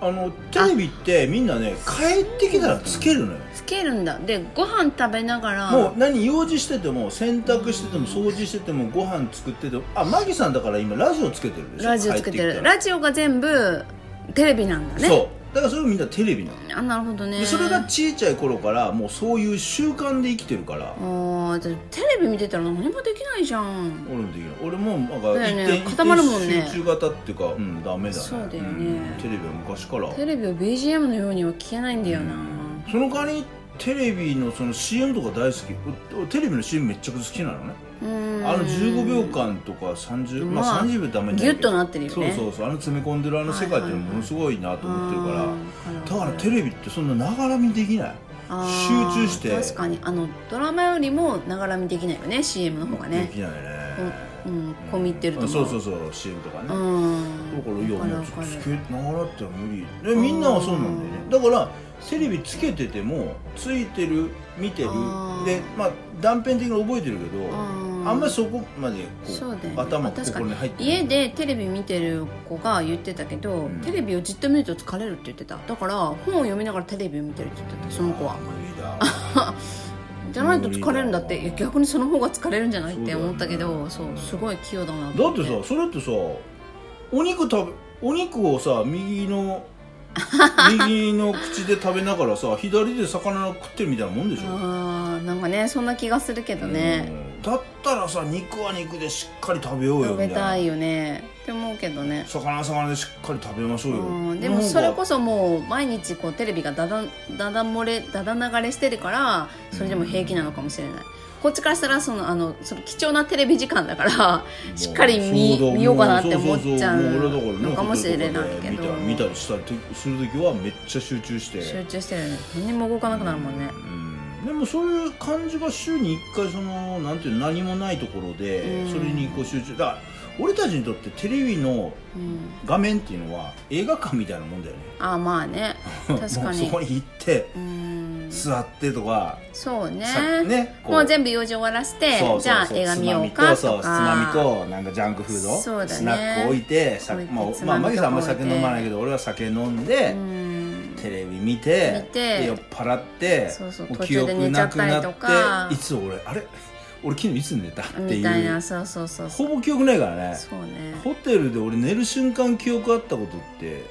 Speaker 2: あのテレビってみんなね帰ってきたらつけるのよ
Speaker 1: つけるんだでご飯食べながら
Speaker 2: もう何用事してても洗濯してても掃除しててもご飯作っててもあマギさんだから今ラジオつけてるでしょ
Speaker 1: ラジオつけて
Speaker 2: 帰
Speaker 1: る
Speaker 2: きたら
Speaker 1: ラジオが全部テレビなんだね
Speaker 2: そうだからそれをみんなテレビなの、
Speaker 1: あなるほどね
Speaker 2: でそれがちいちゃい頃からもうそういう習慣で生きてるから
Speaker 1: あ、ーでテレビ見てたら何もできないじゃん
Speaker 2: 俺もできない俺もなんか
Speaker 1: だよね
Speaker 2: 一定
Speaker 1: 固まるもんね
Speaker 2: 一定集中型っていうかうんダメだね
Speaker 1: そうだよね
Speaker 2: んテレビは昔から
Speaker 1: テレビを BGM のようには聞けないんだよな、
Speaker 2: その代わりテレビのその CM とか大好きうテレビの CM めっちゃくちゃ好きなのね
Speaker 1: うん
Speaker 2: あの15秒間とか30、ま
Speaker 1: まあ
Speaker 2: あ、30秒ってあんまり
Speaker 1: ギュッとなってるよね
Speaker 2: そうそうそうあの詰め込んでるあの世界っていうのものすごいなと思ってるから、だからテ
Speaker 1: ビ
Speaker 2: レビってそんなながら見できない集中して
Speaker 1: 確かにあのドラマよりもながら見できないよね CM の方が
Speaker 2: で
Speaker 1: ね
Speaker 2: きないね、
Speaker 1: うん込み入ってると
Speaker 2: あ
Speaker 1: 思
Speaker 2: そううそうそう CM とかね、だ
Speaker 1: うん
Speaker 2: からいや
Speaker 1: わか
Speaker 2: もう
Speaker 1: るわか
Speaker 2: つ
Speaker 1: る
Speaker 2: けながらっては無理でみんなはそうなんだよねだからテレビつけててもついてる見てる
Speaker 1: あー
Speaker 2: でまあ断片的に覚えてるけど
Speaker 1: うん
Speaker 2: あんまりそこまでこう
Speaker 1: そうだよね
Speaker 2: 頭
Speaker 1: 確か
Speaker 2: 心
Speaker 1: に
Speaker 2: に入ってない
Speaker 1: 家でテレビ見てる子が言ってたけど、
Speaker 2: ん
Speaker 1: テレビをじっと見ると疲れるって言ってただから本を読みながらテレビを見てるって言ってたその子は
Speaker 2: 無理だ
Speaker 1: じゃないと疲れるんだっていや逆にその方が疲れるんじゃないって思ったけど
Speaker 2: そ
Speaker 1: そうう,、
Speaker 2: だよね
Speaker 1: すごい器用だなと
Speaker 2: だっ
Speaker 1: 思
Speaker 2: て さそれってさお肉食べお肉をさ 右の右の口で食べながらさ左で魚食ってるみたいなもんでしょ、
Speaker 1: あーなんかねそんな気がするけどね
Speaker 2: うんだったらさ肉は肉でしっかり食べようよ
Speaker 1: 食
Speaker 2: みた
Speaker 1: べ
Speaker 2: いな
Speaker 1: たいよねって思うけどね
Speaker 2: 魚は魚でしっかり食べましょうよ
Speaker 1: うんでもそれこそもう毎日こうテレビがだだだだ漏れだだ流れしてるからそれでも平気なのかもしれない、こっちからしたらそのあのその貴重なテレビ時間だからしっかり見見ようかなって思っちゃうのかもしれないけど
Speaker 2: 見た見たりしたりする時はめっちゃ集中して
Speaker 1: 集中してるね何も動かなくなるもんね
Speaker 2: うんでもそういう感じが週に1回そのなんていうの何もないところで
Speaker 1: うん
Speaker 2: それにこう集中だから俺たちにとってテレビの
Speaker 1: うん
Speaker 2: 画面っていうのは映画館みたいなもんだよね
Speaker 1: ああまあね確
Speaker 2: も
Speaker 1: か
Speaker 2: うそ
Speaker 1: に
Speaker 2: こに行って
Speaker 1: うん
Speaker 2: 座ってとか、
Speaker 1: そうね
Speaker 2: さねこう
Speaker 1: もう全部用事終わらせて
Speaker 2: そうそうそう
Speaker 1: じゃあ映画見ようか
Speaker 2: つまみとそう
Speaker 1: とか
Speaker 2: つまみとなんかジャンクフード
Speaker 1: そうだね
Speaker 2: スナック置いてさ
Speaker 1: 置いて
Speaker 2: まあ
Speaker 1: つ
Speaker 2: ま
Speaker 1: ま
Speaker 2: あ
Speaker 1: み
Speaker 2: マギさんあんまり
Speaker 1: とか置
Speaker 2: 酒
Speaker 1: いて
Speaker 2: 飲まないけど俺は酒飲んで、
Speaker 1: うん
Speaker 2: テレビ見て
Speaker 1: 見て
Speaker 2: で酔っ払って
Speaker 1: そうそう
Speaker 2: も
Speaker 1: 途中で寝ちゃったりとか
Speaker 2: 記憶なくなっていつ俺あれ俺昨日いつ寝たって
Speaker 1: み
Speaker 2: い
Speaker 1: たいな
Speaker 2: う
Speaker 1: そうそうそうそ
Speaker 2: ほ
Speaker 1: う
Speaker 2: ぼ記憶ないからね
Speaker 1: そうね
Speaker 2: ホテルで俺寝る瞬間記憶あったことって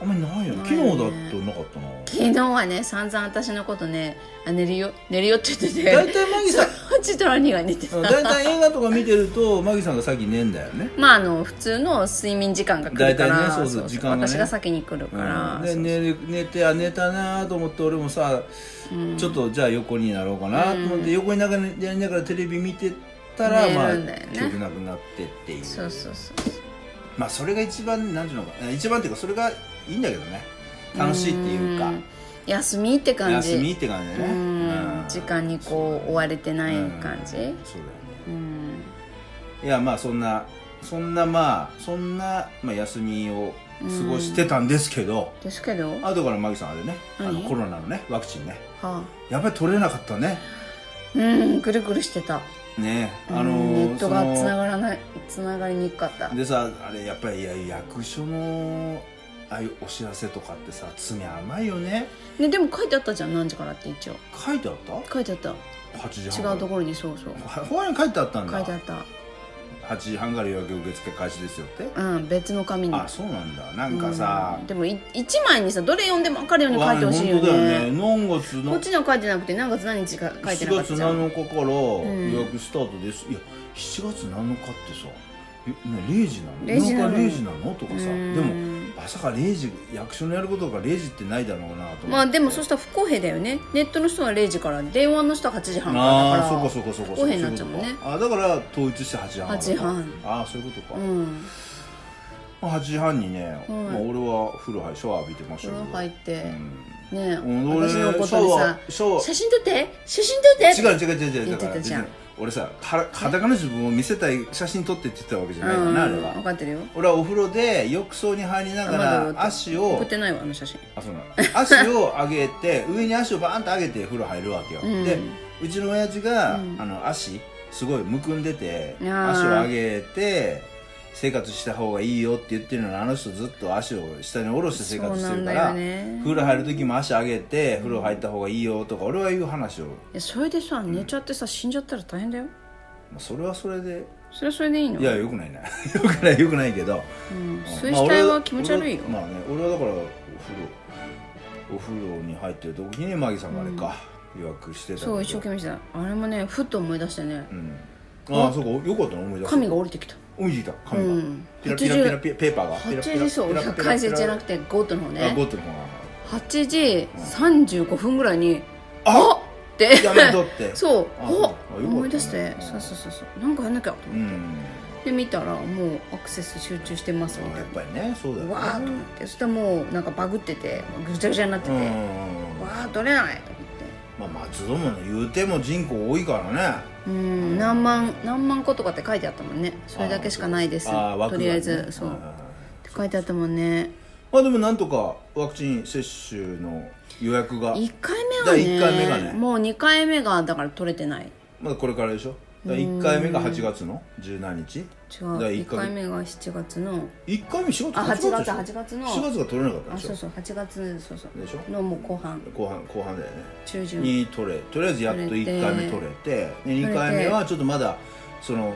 Speaker 2: あんまりないよね
Speaker 1: ない
Speaker 2: 昨
Speaker 1: ね
Speaker 2: 日だってなかったな
Speaker 1: 昨日はね散々私のことね「あ寝るよ寝るよ」って言って
Speaker 2: 大
Speaker 1: て
Speaker 2: 体マギさん
Speaker 1: そのうちトラ兄が寝てた
Speaker 2: うん大体映画とか見てるとマギさんが先寝んだよね
Speaker 1: まああの普通の睡眠時間が来るから
Speaker 2: 大体ねそうそう時間がね
Speaker 1: 私が先に来るから、
Speaker 2: で
Speaker 1: そう
Speaker 2: 寝る寝てあ寝たなと思って俺もさ、ちょっとじゃあ横になろうかなと思って、横にながらやりながらテレビ見てたら、
Speaker 1: 寝
Speaker 2: まあ
Speaker 1: るんだよね
Speaker 2: 記憶なくなってっていう
Speaker 1: そうそうそう
Speaker 2: まあそれが一番なんていうのか一番っていうかそれがいいんだけどね楽しいっていうか
Speaker 1: うん休みって感じ
Speaker 2: 休みって感じね
Speaker 1: う
Speaker 2: う
Speaker 1: ん
Speaker 2: ん
Speaker 1: 時間にこう追われてない感じ
Speaker 2: うんそうだよね
Speaker 1: うん
Speaker 2: いやまあそんなそんなまあそんな、まあ、休みを過ごしてたんですけど、
Speaker 1: ですけどは
Speaker 2: 後からマギさんあれねあの
Speaker 1: 何
Speaker 2: コロナのねワクチンね
Speaker 1: あ
Speaker 2: やっぱり取れなかったね
Speaker 1: うんぐるぐるしてた
Speaker 2: ね
Speaker 1: うん
Speaker 2: あの
Speaker 1: ネットが
Speaker 2: その
Speaker 1: つながらないつながりにくかった
Speaker 2: でさあれやっぱりいや役所のああいうお知らせとかってさ罪甘いよね
Speaker 1: ねでも書いてあったじゃん何時からって一応
Speaker 2: 書いてあった
Speaker 1: 書いてあった
Speaker 2: 8時半
Speaker 1: 違うところにそうそう
Speaker 2: ほに書いてあったんだ
Speaker 1: 書いてあった
Speaker 2: 8時半から予約受付開始ですよって
Speaker 1: うん別の紙に
Speaker 2: あそうなんだなんかさ
Speaker 1: うん、でもい一枚にさどれ読んでも分かるように書いてほしいよ
Speaker 2: わ本当だ
Speaker 1: ね
Speaker 2: よね何月
Speaker 1: こ
Speaker 2: の
Speaker 1: っちには書いてなくて何月何日か書いてなかった
Speaker 2: 7月
Speaker 1: じゃん
Speaker 2: 7日から予約スタートです、いや7月7日ってさえね0時なの
Speaker 1: 0時なの
Speaker 2: 7日0時なのとかさ
Speaker 1: うん
Speaker 2: でもまさか0時役所のやることが0時ってないだろうなと思って
Speaker 1: まあでもそしたら不公平だよねネットの人は0時から電話の人は8時半からだから
Speaker 2: ああーそうかそうかそうか
Speaker 1: 不公平になっちゃうもんね
Speaker 2: そういうことかあだから統一して8時半
Speaker 1: 8時半
Speaker 2: ああそういうことか、
Speaker 1: うん
Speaker 2: まあ、8時半にね、まあ、俺は風呂入シャワー浴びてまし
Speaker 1: そ
Speaker 2: た
Speaker 1: れ
Speaker 2: けど
Speaker 1: は入って
Speaker 2: う
Speaker 1: ね
Speaker 2: ん、俺
Speaker 1: 私
Speaker 2: シャ
Speaker 1: の
Speaker 2: ワ
Speaker 1: こ
Speaker 2: ー
Speaker 1: とでさ
Speaker 2: シャワー
Speaker 1: 写真撮って写真撮って
Speaker 2: 違う違う違う違
Speaker 1: 言
Speaker 2: うだ
Speaker 1: って
Speaker 2: から
Speaker 1: た
Speaker 2: 別
Speaker 1: じゃん
Speaker 2: に俺さは裸の自分を見せたい写真撮ってって言ってたわけじゃないか
Speaker 1: うん
Speaker 2: らな、あれ
Speaker 1: 分
Speaker 2: は
Speaker 1: かってるよ
Speaker 2: 俺はお風呂で浴槽に入りなが
Speaker 1: あまだ
Speaker 2: ら足を
Speaker 1: 送ってないわあの写真
Speaker 2: あそうなの足を上げて上に足をバーンと上げて風呂入るわけよ、
Speaker 1: うん
Speaker 2: でうちの親父が、
Speaker 1: うん
Speaker 2: あの足すごいむくんでて
Speaker 1: あー
Speaker 2: 足を上げて生活した方がいいよって言ってるのにあの人ずっと足を下に下ろして生
Speaker 1: そう
Speaker 2: 活し
Speaker 1: な
Speaker 2: てる
Speaker 1: ん
Speaker 2: か
Speaker 1: だ
Speaker 2: ら、
Speaker 1: よね
Speaker 2: 風呂入る時も足上げて風呂入った方がいいよとか俺は言う話を、ま
Speaker 1: いやそれでさ寝ちゃってさ死んじゃったら大変だよ
Speaker 2: あそれはそれで
Speaker 1: それはそれでいいの
Speaker 2: いやよくないなよくないよくないけど
Speaker 1: うん、水死体は気持ち悪いよ、
Speaker 2: まあ俺は、まあね俺はだからお風呂お風呂に入ってる時にマギさんがあれか、予約してたけど
Speaker 1: そう一生懸命したあれもねふっと思い出してね
Speaker 2: うんああそうかよかったの思い出した
Speaker 1: 神が降りてきた
Speaker 2: おいしいた紙が、
Speaker 1: うん
Speaker 2: ピラピラピラピラペーパーがピ
Speaker 1: 8
Speaker 2: ラピラピラ
Speaker 1: 時そう
Speaker 2: ピラピラ
Speaker 1: 100回生じゃなくてゴッドの方
Speaker 2: あ
Speaker 1: ね
Speaker 2: ゴッドの方が
Speaker 1: 8時35分ぐらいに
Speaker 2: あ
Speaker 1: って
Speaker 2: やめとって
Speaker 1: そう
Speaker 2: あ
Speaker 1: お
Speaker 2: ああよかったね
Speaker 1: 思い出して
Speaker 2: うん
Speaker 1: そうそうそうそうなんかやんなきゃと
Speaker 2: う
Speaker 1: 思って、
Speaker 2: ん
Speaker 1: で見たらもうアクセス集中してますみ
Speaker 2: あ
Speaker 1: た
Speaker 2: や
Speaker 1: い
Speaker 2: っぱりねそう
Speaker 1: な
Speaker 2: だよね
Speaker 1: わーっと思ってそしたらもうなんかバグっててぐちゃぐちゃになって
Speaker 2: う
Speaker 1: て、
Speaker 2: んうんうん
Speaker 1: わー取れないと思って
Speaker 2: まあ松戸もね言うても人口多いからね
Speaker 1: うん何万何万個とかって書いてあったもんねそれだけしかないです
Speaker 2: あー枠
Speaker 1: とり
Speaker 2: がね
Speaker 1: あえずそう
Speaker 2: はい
Speaker 1: っ
Speaker 2: はいはい
Speaker 1: て書いてあったもんね
Speaker 2: まあでもなんとかワクチン接種の予約が
Speaker 1: 1回
Speaker 2: 第
Speaker 1: 目
Speaker 2: 一
Speaker 1: は
Speaker 2: 回
Speaker 1: ね
Speaker 2: 目がね
Speaker 1: もう2回目がだから取れてない
Speaker 2: まだこれからでしょだ1回目が8月の17日
Speaker 1: 違う
Speaker 2: だから一
Speaker 1: 1
Speaker 2: ヶ月
Speaker 1: 回目が7月の
Speaker 2: 1回目4月
Speaker 1: あ8月
Speaker 2: 8
Speaker 1: 8月の
Speaker 2: 4月が取れなかった
Speaker 1: あ
Speaker 2: でし
Speaker 1: そう
Speaker 2: ょ
Speaker 1: そう8月そうそ
Speaker 2: でし
Speaker 1: うのもう後半
Speaker 2: ょ後半後半だよね
Speaker 1: 中旬
Speaker 2: に取れとりあえずやっと
Speaker 1: 取れて
Speaker 2: 1回目取れてで2回目はちょっとまだその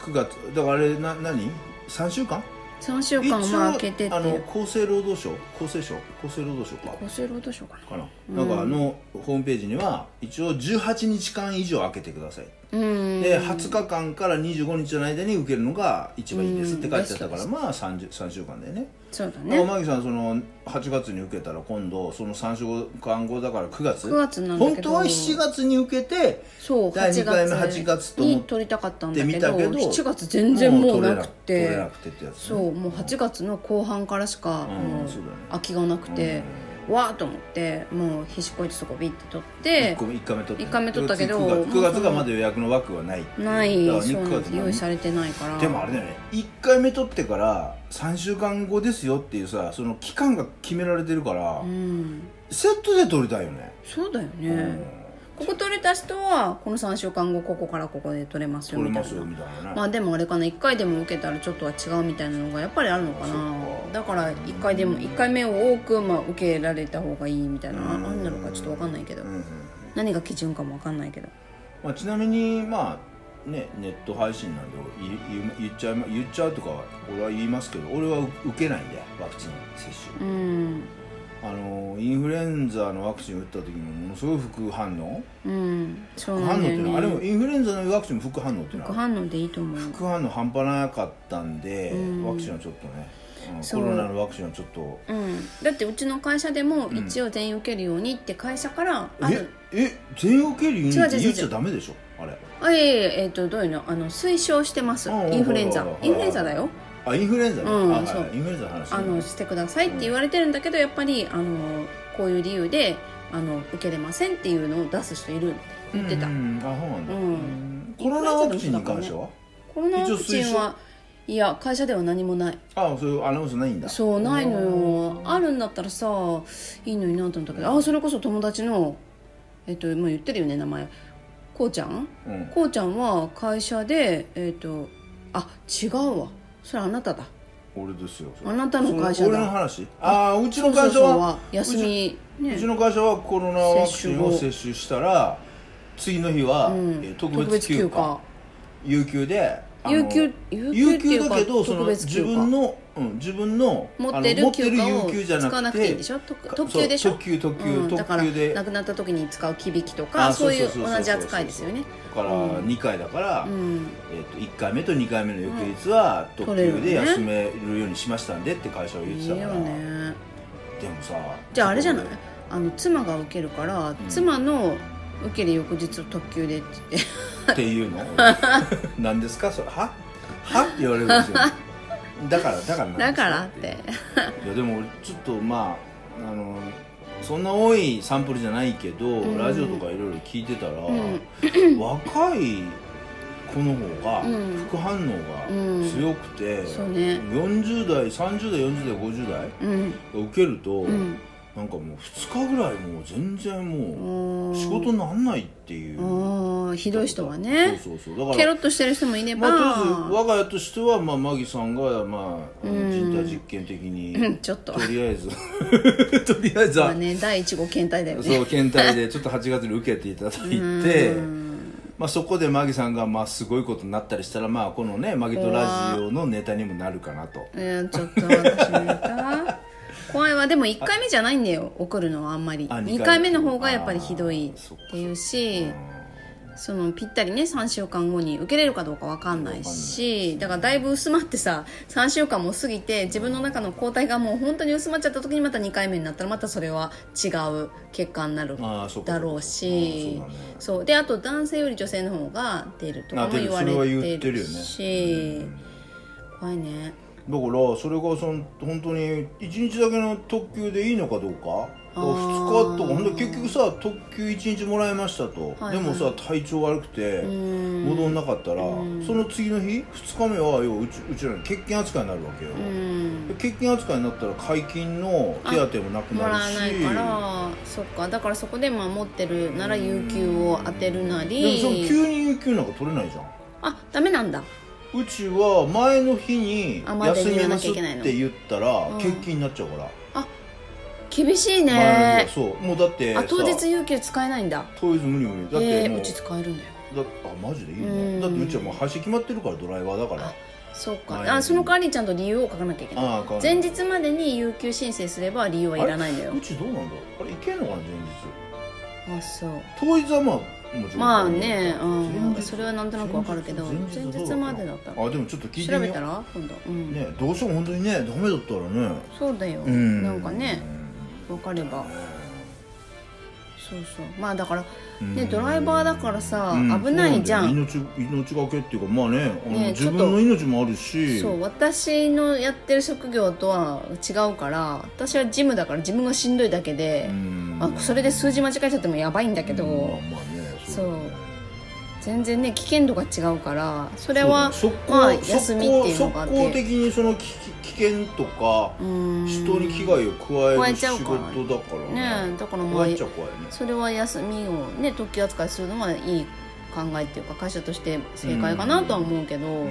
Speaker 2: 9, 月だからあれな何3週間
Speaker 1: 3週間はまあ
Speaker 2: 一応
Speaker 1: 開けてって
Speaker 2: あ
Speaker 1: い
Speaker 2: の
Speaker 1: う
Speaker 2: 厚生労働省厚生省厚生労働省か
Speaker 1: 厚生労働省か
Speaker 2: かな,、なんかあのホームページには一応18日間以上開けてください
Speaker 1: なうん
Speaker 2: で20日間から25日の間に受けるのが一番いいですって書いてあったからまあ 3, 3週間だよね
Speaker 1: そうだ
Speaker 2: ね
Speaker 1: ね
Speaker 2: マギさんその8月に受けたら今度その3週間後だから9月
Speaker 1: 9月なんだけど
Speaker 2: 本当は7月に受けて
Speaker 1: そう
Speaker 2: 第
Speaker 1: 8
Speaker 2: 二回目8月
Speaker 1: 月
Speaker 2: と思っ
Speaker 1: に取りたかったん
Speaker 2: で
Speaker 1: だ
Speaker 2: 見
Speaker 1: け
Speaker 2: た
Speaker 1: ど
Speaker 2: けど
Speaker 1: 7月全然もうなく
Speaker 2: 取れな
Speaker 1: て
Speaker 2: くてってやつ、ね、
Speaker 1: そうもう8月の後半からしか
Speaker 2: うん
Speaker 1: もう
Speaker 2: そうだね
Speaker 1: 空きがなくてわーっと思ってもう必死こいてそこビッて取っ
Speaker 2: 1
Speaker 1: て
Speaker 2: 個目一回目取った
Speaker 1: 一回目取ったけど
Speaker 2: 9月
Speaker 1: もう
Speaker 2: ,9 月がまだ予約の枠はないってう
Speaker 1: ない
Speaker 2: だから
Speaker 1: そう
Speaker 2: ね
Speaker 1: なん
Speaker 2: 9
Speaker 1: で
Speaker 2: 月
Speaker 1: す用意されてないから
Speaker 2: でもあれだよね1回目取ってから3週間後ですよっていうさその期間が決められてるから、
Speaker 1: うん
Speaker 2: セットで取りたいよね、
Speaker 1: そうだよね、
Speaker 2: うん
Speaker 1: ここ取れた人はこの3週間後ここからここで取れますよ
Speaker 2: 取れ
Speaker 1: みたいな
Speaker 2: ますよみたいなね、
Speaker 1: まあでもあれかな1回でも受けたらちょっとは違うみたいなのがやっぱりあるのかな
Speaker 2: そうか
Speaker 1: だから1回でも一回目を多くまあ受けられた方がいいみたいなのああんなのかちょっと分かんないけど
Speaker 2: うんうん
Speaker 1: 何が基準かも分かんないけど
Speaker 2: まあ、ちなみにまあねネット配信なんでい言言っちゃいま言っちゃうとかは俺は言いますけど俺は受けないんでワクチン接
Speaker 1: う
Speaker 2: 種
Speaker 1: ん
Speaker 2: あのインフルエンザのワクチン打った時にものすごい副反応
Speaker 1: うんそう
Speaker 2: 副
Speaker 1: な
Speaker 2: 反応っ
Speaker 1: ん
Speaker 2: て
Speaker 1: だ
Speaker 2: いうのはあ
Speaker 1: よ
Speaker 2: れ
Speaker 1: ね
Speaker 2: もインフルエンザのワクチンも副反応っていうの
Speaker 1: 副
Speaker 2: は
Speaker 1: 反応でいいと思う
Speaker 2: 副反応半端なかったんで、
Speaker 1: うん
Speaker 2: ワクチンはちょっとね、うん
Speaker 1: そう
Speaker 2: コロナのワクチンはちょっと
Speaker 1: うん、だってうちの会社でも一応全員受けるようにって会社からあ
Speaker 2: え
Speaker 1: る、
Speaker 2: え全員受けるようにって言っちゃダメでしょあれ
Speaker 1: あいえいええっとどういうのあの推奨してます
Speaker 2: うんうん
Speaker 1: インフルエンザ
Speaker 2: うんうんうん
Speaker 1: インフルエンザだよ
Speaker 2: あインフルエンザね、
Speaker 1: うん
Speaker 2: あはい
Speaker 1: そう
Speaker 2: インフルエンザの話ね
Speaker 1: あのしてくださいって言われてるんだけどやっぱりあのこういう理由であの受けれませんっていうのを出す人いるって言ってた、
Speaker 2: うんあそうなんだ、
Speaker 1: うん
Speaker 2: コロナワクチンに関しては、
Speaker 1: コロナワクチ
Speaker 2: 一応推
Speaker 1: ン
Speaker 2: 奨
Speaker 1: はいや会社では何もない
Speaker 2: あそういうアナウンスないんだ
Speaker 1: そうないのよあるんだったらさいいのになと思ったけどあそれこそ友達のえっともう言ってるよね名前こうちゃん
Speaker 2: うん
Speaker 1: こうちゃんは会社でえっとあ違うわそれあなただ
Speaker 2: 俺ですよそれ
Speaker 1: あなたの会社
Speaker 2: それ俺の
Speaker 1: だ
Speaker 2: 話ああうちの
Speaker 1: そう
Speaker 2: 会
Speaker 1: そ
Speaker 2: 社
Speaker 1: うそう
Speaker 2: は
Speaker 1: は休み
Speaker 2: う
Speaker 1: ね
Speaker 2: ちの会社はコロナワクチンを
Speaker 1: 接種
Speaker 2: 接種したら次の日は、
Speaker 1: うん
Speaker 2: えー特別休暇有給であの
Speaker 1: 有給有給
Speaker 2: 有
Speaker 1: ってい
Speaker 2: 給
Speaker 1: う
Speaker 2: だ
Speaker 1: か
Speaker 2: けどその
Speaker 1: 特別
Speaker 2: 自
Speaker 1: 休暇
Speaker 2: 分の、うん、自分の
Speaker 1: 持っ
Speaker 2: あの
Speaker 1: てる休暇
Speaker 2: 持ってる
Speaker 1: を
Speaker 2: 有給じゃ
Speaker 1: 使わ
Speaker 2: な
Speaker 1: な
Speaker 2: く
Speaker 1: くていい
Speaker 2: て
Speaker 1: んでしょ特
Speaker 2: か
Speaker 1: 特急でしょ
Speaker 2: そう特急特急、
Speaker 1: うん、だか
Speaker 2: 特
Speaker 1: ら
Speaker 2: 急で
Speaker 1: 亡くなった時に使う忌引きと
Speaker 2: あ
Speaker 1: かそういう
Speaker 2: そそ
Speaker 1: 同じ扱いですよね
Speaker 2: だから
Speaker 1: うん
Speaker 2: 2回だから、
Speaker 1: うん
Speaker 2: えっと1回目と2回目の翌日は
Speaker 1: ん
Speaker 2: 特急
Speaker 1: 取れ
Speaker 2: で
Speaker 1: るよね
Speaker 2: 休めるようにしましたんでって会社は言っ
Speaker 1: い
Speaker 2: て
Speaker 1: い
Speaker 2: たか
Speaker 1: よ
Speaker 2: ら
Speaker 1: ね
Speaker 2: でもさ
Speaker 1: じゃああれじゃない
Speaker 2: ちょっ
Speaker 1: あの妻が受けるから、
Speaker 2: ん
Speaker 1: 妻の受ける翌日を特急でって言っ て
Speaker 2: とってい うの何ですかそれははって言われるんで すよだからだからなんです
Speaker 1: だからって
Speaker 2: いやでも俺ちょっとまああのそんな多いサンプルじゃないけど、
Speaker 1: ん
Speaker 2: ラジオとかいろいろ聞いてたら、
Speaker 1: ん
Speaker 2: 若い子の方が
Speaker 1: うん
Speaker 2: 副反応
Speaker 1: うん
Speaker 2: が強くて、
Speaker 1: そうね
Speaker 2: 40代30代40代50代
Speaker 1: うん
Speaker 2: 受けると、
Speaker 1: うん
Speaker 2: なんかもう2日ぐらいもう全然も
Speaker 1: お
Speaker 2: う
Speaker 1: ー
Speaker 2: 仕事になんないっていう、
Speaker 1: おーひどい人はね
Speaker 2: そうそうそうだ
Speaker 1: ケ
Speaker 2: か
Speaker 1: ロ
Speaker 2: ら
Speaker 1: ッとしてる人もいれば、
Speaker 2: まあ、とりあえず我が家としては、まあ、マギさんが、まあ、あ
Speaker 1: う
Speaker 2: の
Speaker 1: ん
Speaker 2: 人体実験的に、
Speaker 1: うんちょっと
Speaker 2: とりあえず とりあえず
Speaker 1: ま
Speaker 2: は
Speaker 1: あね第一号検体だよね
Speaker 2: そう検体でちょっと8月に受けていただいて、まあ、そこでマギさんがまあすごいことになったりしたら、まあ、このねマギとラジオのネタにもなるかなと
Speaker 1: えーちょっと私もやったわ怖いわでも1回目じゃないんだよ怒るのはあんまり
Speaker 2: あ
Speaker 1: 2
Speaker 2: 二回目
Speaker 1: 回目の方がやっぱりひどいっていうしそのぴったりね3週間後に受けれるかどうか分かんないしだからだいぶ薄まってさ3週間も過ぎて自分の中の抗体がもう本当に薄まっちゃった時にまた2回目になったらまたそれは違う結果になる
Speaker 2: あーそうか
Speaker 1: だろうし
Speaker 2: あーそうだね
Speaker 1: そうであと男性より女性の方が出るとか
Speaker 2: あ
Speaker 1: も
Speaker 2: で
Speaker 1: 言
Speaker 2: も
Speaker 1: わ
Speaker 2: それは言
Speaker 1: れ
Speaker 2: って
Speaker 1: て
Speaker 2: る
Speaker 1: る
Speaker 2: よね
Speaker 1: し怖いね
Speaker 2: だからそれがその本当に1日だけの特急でいいのかどうか
Speaker 1: あー
Speaker 2: 2日とかほんで結局さ特急1日もらいましたと、
Speaker 1: はいはい
Speaker 2: でもさ体調悪くて
Speaker 1: うん
Speaker 2: 戻んなかったら、
Speaker 1: うん
Speaker 2: その次の日2日目はよううちうちらの欠勤扱いになるわけよ、
Speaker 1: うん
Speaker 2: 欠勤扱いになったら解禁の手当もなく
Speaker 1: も
Speaker 2: な
Speaker 1: ら
Speaker 2: る
Speaker 1: わ
Speaker 2: し
Speaker 1: ないからそっかだからそこでまあ持ってるなら有給を当てるな
Speaker 2: でもその
Speaker 1: り
Speaker 2: 急に有給なんか取れないじゃん
Speaker 1: あダメなんだ
Speaker 2: うちは前の日に
Speaker 1: あまだ
Speaker 2: 休みますっ
Speaker 1: やらなきゃいけないの
Speaker 2: て言ったら
Speaker 1: うん
Speaker 2: 欠勤になっちゃうから、
Speaker 1: 厳しい
Speaker 2: 前の
Speaker 1: ね
Speaker 2: 日はそうもうだってさ
Speaker 1: あ当日有給使えないんだ
Speaker 2: 当日無理無理だって
Speaker 1: え
Speaker 2: もう,、
Speaker 1: ー、うち使えるんだよ
Speaker 2: だあマジでいいね、
Speaker 1: うん
Speaker 2: だってうちはもう配信決まってるからドライバーだから
Speaker 1: そう
Speaker 2: 前の
Speaker 1: か
Speaker 2: 日
Speaker 1: あその代わりにちゃんと理由を書かなきゃいけない
Speaker 2: ああかん
Speaker 1: 前日までに有給申請すれば理由はいらないんだよ
Speaker 2: うちどうなんだあれいけんのかな前日
Speaker 1: あそう
Speaker 2: 当日はまあもちろん
Speaker 1: まあね、うん、
Speaker 2: 前日
Speaker 1: それはなんとなくわかるけど前日
Speaker 2: はどう
Speaker 1: までだったら
Speaker 2: あでもちょっと聞いて
Speaker 1: 調
Speaker 2: み
Speaker 1: べ
Speaker 2: よう
Speaker 1: たら今度、うん
Speaker 2: ねどうしても本当にねダメだったらね
Speaker 1: そうだよ、
Speaker 2: うん
Speaker 1: なんかねわかればそうそうまあだから
Speaker 2: うん
Speaker 1: ねドライバーだからさ、
Speaker 2: うん
Speaker 1: 危ないじゃ
Speaker 2: そうんなんだよ命命がけっていうかまあねあの
Speaker 1: ね
Speaker 2: 自分
Speaker 1: ちょっ
Speaker 2: の
Speaker 1: と
Speaker 2: 命もあるし
Speaker 1: そう私のやってる職業とは違うから私はジムだから自分がしんどいだけで
Speaker 2: う、ん
Speaker 1: あそれで数字間違えちゃってもやばいんだけど、
Speaker 2: うんまあまあねだよね
Speaker 1: そう全然ね危険度が違うからそれ
Speaker 2: そうだ
Speaker 1: は
Speaker 2: ね速攻
Speaker 1: まあ休みっていうのがあっ
Speaker 2: 速
Speaker 1: て
Speaker 2: 攻速攻的にその危危険とか
Speaker 1: うん
Speaker 2: 人に危害を加
Speaker 1: 加
Speaker 2: え
Speaker 1: え
Speaker 2: る
Speaker 1: ち
Speaker 2: 仕
Speaker 1: ゃう
Speaker 2: 事
Speaker 1: から
Speaker 2: だから
Speaker 1: ね
Speaker 2: ね
Speaker 1: えだからまあ
Speaker 2: 加えちゃ怖いね
Speaker 1: それは休みをね特急扱いするのはいい考えっていうか会社として正解かなとは思うけど、
Speaker 2: うん
Speaker 1: うん
Speaker 2: ね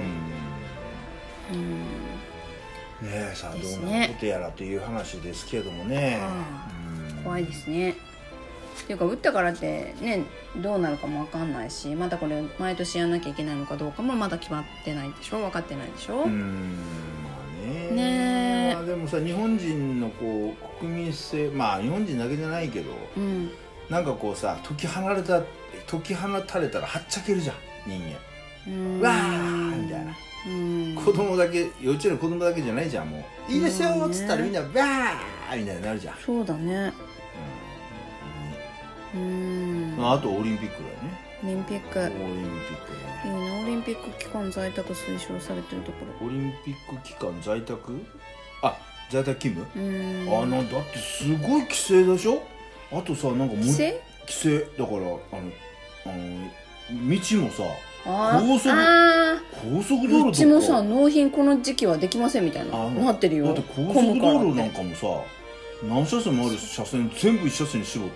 Speaker 2: えさあ
Speaker 1: で
Speaker 2: ど
Speaker 1: すね
Speaker 2: うなることやらという話ですけれどもね
Speaker 1: あ
Speaker 2: うん
Speaker 1: 怖いですねっていうか打ったからってねどうなるかもわかんないしまだこれ毎年やんなきゃいけないのかどうかもまだ決まってないでしょ分かってないでしょ、
Speaker 2: うーんまあね
Speaker 1: ねえ
Speaker 2: まあ、でもさ日本人のこう国民性まあ日本人だけじゃないけど
Speaker 1: うん
Speaker 2: なんかこうさ解き放れた解き放たれたらはっちゃけるじゃん人間、
Speaker 1: うん
Speaker 2: わーみたいな
Speaker 1: うん
Speaker 2: 子供だけ幼稚園の子供だけじゃないじゃんもういいですよ
Speaker 1: まあ
Speaker 2: っ
Speaker 1: ね
Speaker 2: つったらみんなわーみたいになるじゃん、
Speaker 1: そうだねうん
Speaker 2: うんまあ、あとオリンピックだよね
Speaker 1: オリンピック
Speaker 2: オリンピックだ
Speaker 1: い
Speaker 2: ね
Speaker 1: いなオリンピック期間在宅推奨されてるところ
Speaker 2: オリンピック期間在宅あ在宅勤務
Speaker 1: うーん
Speaker 2: あのだってすごい規制でしょあとさなんかも
Speaker 1: 規制
Speaker 2: 規制だからあのあの道もさ
Speaker 1: あー
Speaker 2: 高速
Speaker 1: あ
Speaker 2: 高
Speaker 1: ー
Speaker 2: 速道路とか
Speaker 1: うちもさ納品この時期はできませんみたいな
Speaker 2: あ
Speaker 1: なってるよ
Speaker 2: だって高速道路なんかもさ何車線もある車線全部一車線に絞っ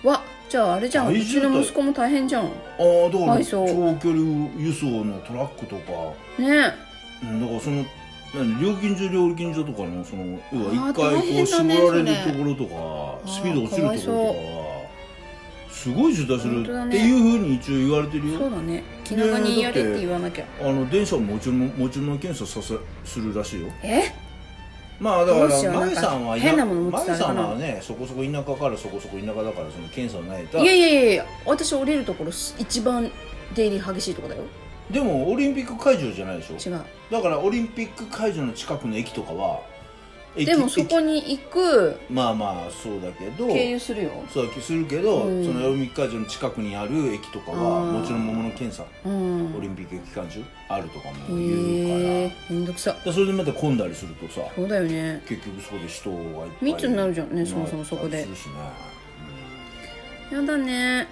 Speaker 2: て
Speaker 1: わじゃああれじゃんう
Speaker 2: 大
Speaker 1: ち
Speaker 2: 渋滞
Speaker 1: の息子も大変じゃんね
Speaker 2: ああだから
Speaker 1: 配
Speaker 2: 長
Speaker 1: 送
Speaker 2: 距離輸送のトラックとか
Speaker 1: え
Speaker 2: うんだからその何料金所料金所とかのその要は
Speaker 1: あー
Speaker 2: 一回
Speaker 1: 大
Speaker 2: こ
Speaker 1: 変
Speaker 2: う
Speaker 1: だ
Speaker 2: 絞
Speaker 1: ね
Speaker 2: られ
Speaker 1: それ
Speaker 2: るところとかスピード落ちるとこ
Speaker 1: かわ
Speaker 2: ろとかはすごい渋滞す
Speaker 1: 本当だ
Speaker 2: る
Speaker 1: ね
Speaker 2: っていうふうに一応言われてる
Speaker 1: そう
Speaker 2: よ
Speaker 1: だね気長にやれって言わなきゃ
Speaker 2: あの電車ももちろん持ち物検査させするらしいよ
Speaker 1: え
Speaker 2: まあだから
Speaker 1: どうしよう
Speaker 2: マギさん
Speaker 1: な
Speaker 2: は
Speaker 1: んか変なもの持ってた
Speaker 2: マ
Speaker 1: の
Speaker 2: ギ
Speaker 1: か
Speaker 2: さ
Speaker 1: なん
Speaker 2: はねそこそこ田舎からそこそこ田舎だからその検査をないと
Speaker 1: いやいやいやいや私降りるところ一番出入り激しいとこだよ
Speaker 2: でもオリンピック会場じゃないでしょ
Speaker 1: 違う
Speaker 2: だからオリンピック会場の近くの駅とかは駅
Speaker 1: でもそ
Speaker 2: 駅
Speaker 1: こに行く
Speaker 2: まあまあそうだけど
Speaker 1: 経由するよ
Speaker 2: そうだけどするけど、
Speaker 1: うん
Speaker 2: そのオリンピック会場の近くにある駅とかは
Speaker 1: あー
Speaker 2: もちろん桃の検査、
Speaker 1: うん
Speaker 2: オリンピック期間中あるとかも言うから,、
Speaker 1: へえめんどくさ
Speaker 2: それでまた混んだりするとさ
Speaker 1: そうだよね
Speaker 2: 結局そこで人がいっぱい
Speaker 1: 密になるじゃんね
Speaker 2: な
Speaker 1: そもそもそこで
Speaker 2: なるしね
Speaker 1: やだね
Speaker 2: うんね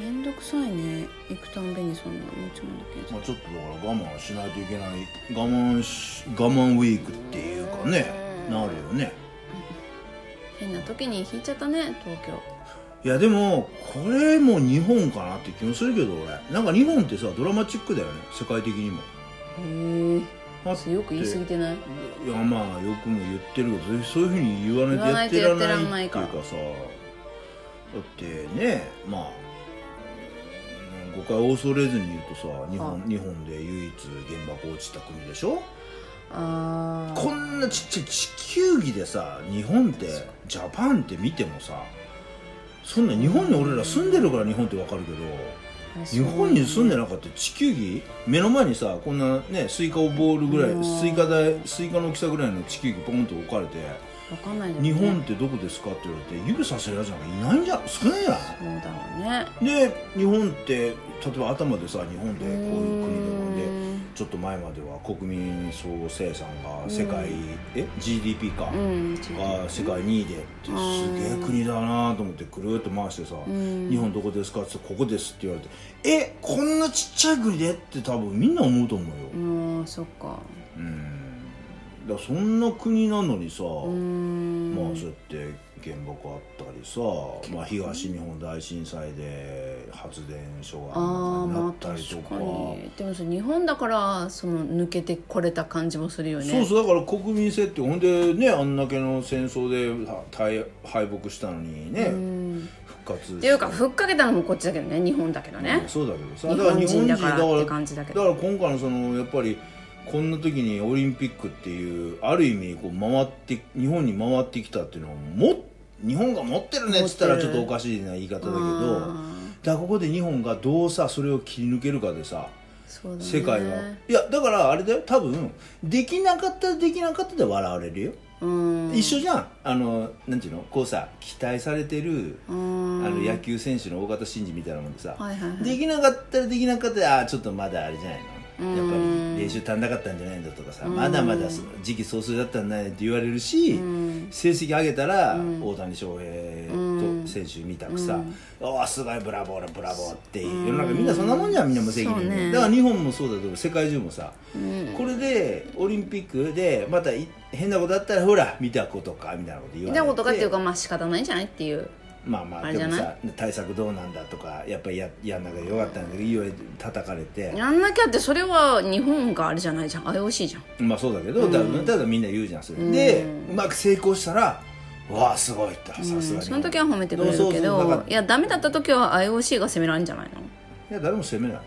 Speaker 1: めんどくさいね行くたんびにそんな持ち物検
Speaker 2: え、
Speaker 1: 査
Speaker 2: まあ、ちょっとだから我慢しないといけない我慢し我慢ウィークっていうかね
Speaker 1: うん
Speaker 2: なるよね
Speaker 1: 変な時に引いちゃったね東京
Speaker 2: いやでもこれも日本かなって気もするけど俺なんか日本ってさドラマチックだよね世界的にも
Speaker 1: へ
Speaker 2: だって
Speaker 1: えよく言い過ぎてない
Speaker 2: いやまあよくも言ってるけどそういうふうに言わないとやってらんないっていうかさだってねまあ誤解を恐れずに言うとさ日本日本で唯一原爆落ちた国でしょ
Speaker 1: あー
Speaker 2: こんなちっちゃい地球儀でさ日本ってジャパンって見てもさそんな日本に俺ら住んでるから日本ってわかるけど日本に住んでなかったら地球儀目の前にさこんなねスイカをボールぐら
Speaker 1: う
Speaker 2: い
Speaker 1: ん
Speaker 2: スイカだスイカの大きさぐらいの地球儀ポンと置かれて
Speaker 1: わかんない
Speaker 2: 「日本ってどこですか?」って言われて指させるやつなんかいないんじゃん少ないや
Speaker 1: そうだろうね
Speaker 2: んで日本って例えば頭でさ日本ってこういう国ででちょっと前までは国民総生産が世界え GDP か
Speaker 1: うん
Speaker 2: が世界2位でってすげえ国だなと思ってくるっと回してさ
Speaker 1: ん
Speaker 2: 日本どこですか?」って言ってここです」って言われて「えこんなちっちゃい国で?」って多分みんな思うと思うよ
Speaker 1: うんそっか
Speaker 2: うんだからそんな国なのにさ、
Speaker 1: うん
Speaker 2: まあそうやって原爆あったりさ、まあ、東日本大震災で発電所が
Speaker 1: あー
Speaker 2: な
Speaker 1: まあ
Speaker 2: ったりと
Speaker 1: 確
Speaker 2: か,、
Speaker 1: かにでもそれ日本だからその抜けてこれた感じもするよね
Speaker 2: そうそうだから国民性ってほんでねあんだけの戦争では大敗北したのにね、
Speaker 1: うん
Speaker 2: 復活
Speaker 1: っていうかふっかけたのもこっちだけどね日本だけど
Speaker 2: うん
Speaker 1: ね
Speaker 2: そうだけどさ
Speaker 1: 日
Speaker 2: だから
Speaker 1: 本
Speaker 2: 日
Speaker 1: 人
Speaker 2: 本人
Speaker 1: だ
Speaker 2: だ
Speaker 1: か
Speaker 2: から
Speaker 1: らって
Speaker 2: だか
Speaker 1: 感じだけど
Speaker 2: ら今回のそのやっぱりこんな時にオリンピックっていうある意味こう回って日本に回ってきたっていうのはもっ日本が持ってるねっつったら
Speaker 1: 持
Speaker 2: ち
Speaker 1: っ
Speaker 2: ょ
Speaker 1: て
Speaker 2: っ
Speaker 1: る
Speaker 2: とおかしいな言い方だけどだか
Speaker 1: あ
Speaker 2: らここで日本がどうさそれを切り抜けるかでさ
Speaker 1: ーそうだね
Speaker 2: 世界の、いやだからあれだよ多分できなかったらできなかったで笑われるよ、
Speaker 1: うん
Speaker 2: 一緒じゃんあのなんていうのこうさ期待されてる
Speaker 1: うん
Speaker 2: あの野球選手の大型新人みたいなもんでさ、
Speaker 1: はいはいはい
Speaker 2: できなかったらできなかったらあーちょっとまだあれじゃないのやっぱ
Speaker 1: うん
Speaker 2: り練習足んなかったんじゃないんだとかさ
Speaker 1: うん
Speaker 2: まだまだそ時期早々だったんだねって言われるし
Speaker 1: うん
Speaker 2: 成績上げたら
Speaker 1: うん
Speaker 2: 大谷翔平
Speaker 1: うん
Speaker 2: と選手みたくさ
Speaker 1: うん
Speaker 2: 「おおすごいブラボーだブラボー」って世
Speaker 1: うん
Speaker 2: の中みんなそんなもんじゃんみんな無責
Speaker 1: そう
Speaker 2: 任
Speaker 1: ね
Speaker 2: でだから日本もそうだけど世界中もさ
Speaker 1: うん
Speaker 2: これでオリンピックでまたい変なことあったらほら見たことかみたいなこと言われ
Speaker 1: 見
Speaker 2: て
Speaker 1: たことかっていうかまあ仕方ないんじゃないっていう
Speaker 2: まあまあ
Speaker 1: あれじ
Speaker 2: で
Speaker 1: ゃ
Speaker 2: も
Speaker 1: ない
Speaker 2: さ対策どうなんだとかやっぱりややんなきゃよかったんだけどいいよ叩かれて
Speaker 1: やんなきゃってそれは日本があれじゃないじゃん IOC じゃん
Speaker 2: まあそうだけど、だただみんな言うじゃんそれ、でうまく成功したらわあすごいってさすがに、
Speaker 1: その時は褒めてくれるけ
Speaker 2: そ
Speaker 1: ど
Speaker 2: うそうそうだから
Speaker 1: いやダメだった時は IOC が責められるんじゃない
Speaker 2: いや誰も責めない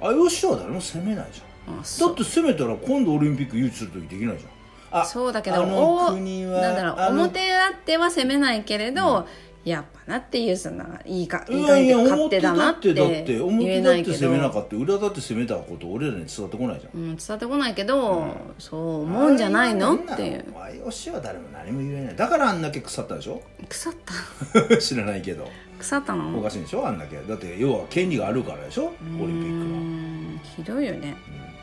Speaker 2: IOC は誰も責めないじゃ
Speaker 1: のあ
Speaker 2: んだって責めたら今度オリンピック誘致する時できないじゃんあ
Speaker 1: そうだけど
Speaker 2: あの
Speaker 1: お
Speaker 2: 国は
Speaker 1: なんだろ
Speaker 2: あ
Speaker 1: う
Speaker 2: の
Speaker 1: 表あっては責めないけれど、やっぱなっていうそんないいか
Speaker 2: い
Speaker 1: いいか
Speaker 2: やいや
Speaker 1: 勝
Speaker 2: 表
Speaker 1: 手だ
Speaker 2: だ
Speaker 1: なっ
Speaker 2: っ
Speaker 1: て
Speaker 2: てだっ
Speaker 1: 言
Speaker 2: て表
Speaker 1: え
Speaker 2: だっ
Speaker 1: ない
Speaker 2: て
Speaker 1: け
Speaker 2: 責めな
Speaker 1: ど
Speaker 2: かった裏だって責めたこと俺らに伝わってこないじゃん
Speaker 1: うん、伝わってこないけど、そう思うんじゃないのっていう
Speaker 2: IOC は誰も何も言えないだからあんだけ腐ったでしょ
Speaker 1: 腐った
Speaker 2: 知らないけど
Speaker 1: 腐った
Speaker 2: お
Speaker 1: の
Speaker 2: かしいでしょあんだけだって要は権利があるからでしょオリンピック
Speaker 1: う
Speaker 2: の、
Speaker 1: んひどいよね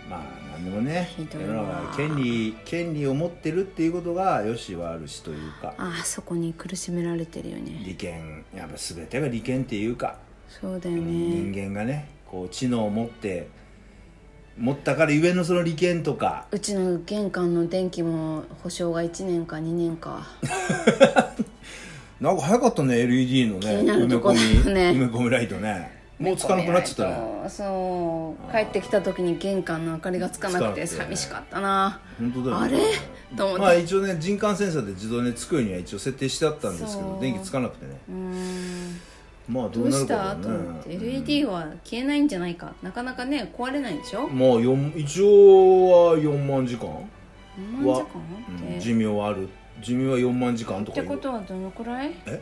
Speaker 2: まあ何何でもね
Speaker 1: ひどい
Speaker 2: 世
Speaker 1: わ
Speaker 2: の中は権利権利を持ってるっていうことがよしはあるしというか
Speaker 1: ああそこに苦しめられてるよね
Speaker 2: 利権やっぱ全てが利権っていうか
Speaker 1: そうだよね
Speaker 2: 人間がねこう知能を持って持ったからゆえのその利権とか
Speaker 1: うちの玄関の電気も保証が1年か2年か
Speaker 2: なんか早かったね LED のね
Speaker 1: 気になるとこだ
Speaker 2: 埋め
Speaker 1: ね
Speaker 2: 込み埋め込みライトねもうつかなくなっちゃったね
Speaker 1: そう帰ってきた時に玄関の明かりがつかなくて
Speaker 2: つかなくて
Speaker 1: 寂しかったな
Speaker 2: 本当だよ、
Speaker 1: あれと思って、
Speaker 2: まあ一応ね人感センサーで自動でつくようには一応設定してあったんですけ
Speaker 1: そ
Speaker 2: ど
Speaker 1: う
Speaker 2: 電気つかなくてね
Speaker 1: うーん
Speaker 2: まあど
Speaker 1: ど
Speaker 2: う
Speaker 1: う
Speaker 2: なる
Speaker 1: し
Speaker 2: か
Speaker 1: た
Speaker 2: だ
Speaker 1: と
Speaker 2: ろう
Speaker 1: 思って
Speaker 2: ね
Speaker 1: LED は消えないんじゃないかなかなかね壊れないでしょ
Speaker 2: まあよん一応は4万時間、
Speaker 1: 何万時間
Speaker 2: うん
Speaker 1: って、
Speaker 2: 寿命はある寿命は4万時間と
Speaker 1: って
Speaker 2: かいう
Speaker 1: ことはどのくらいっ
Speaker 2: え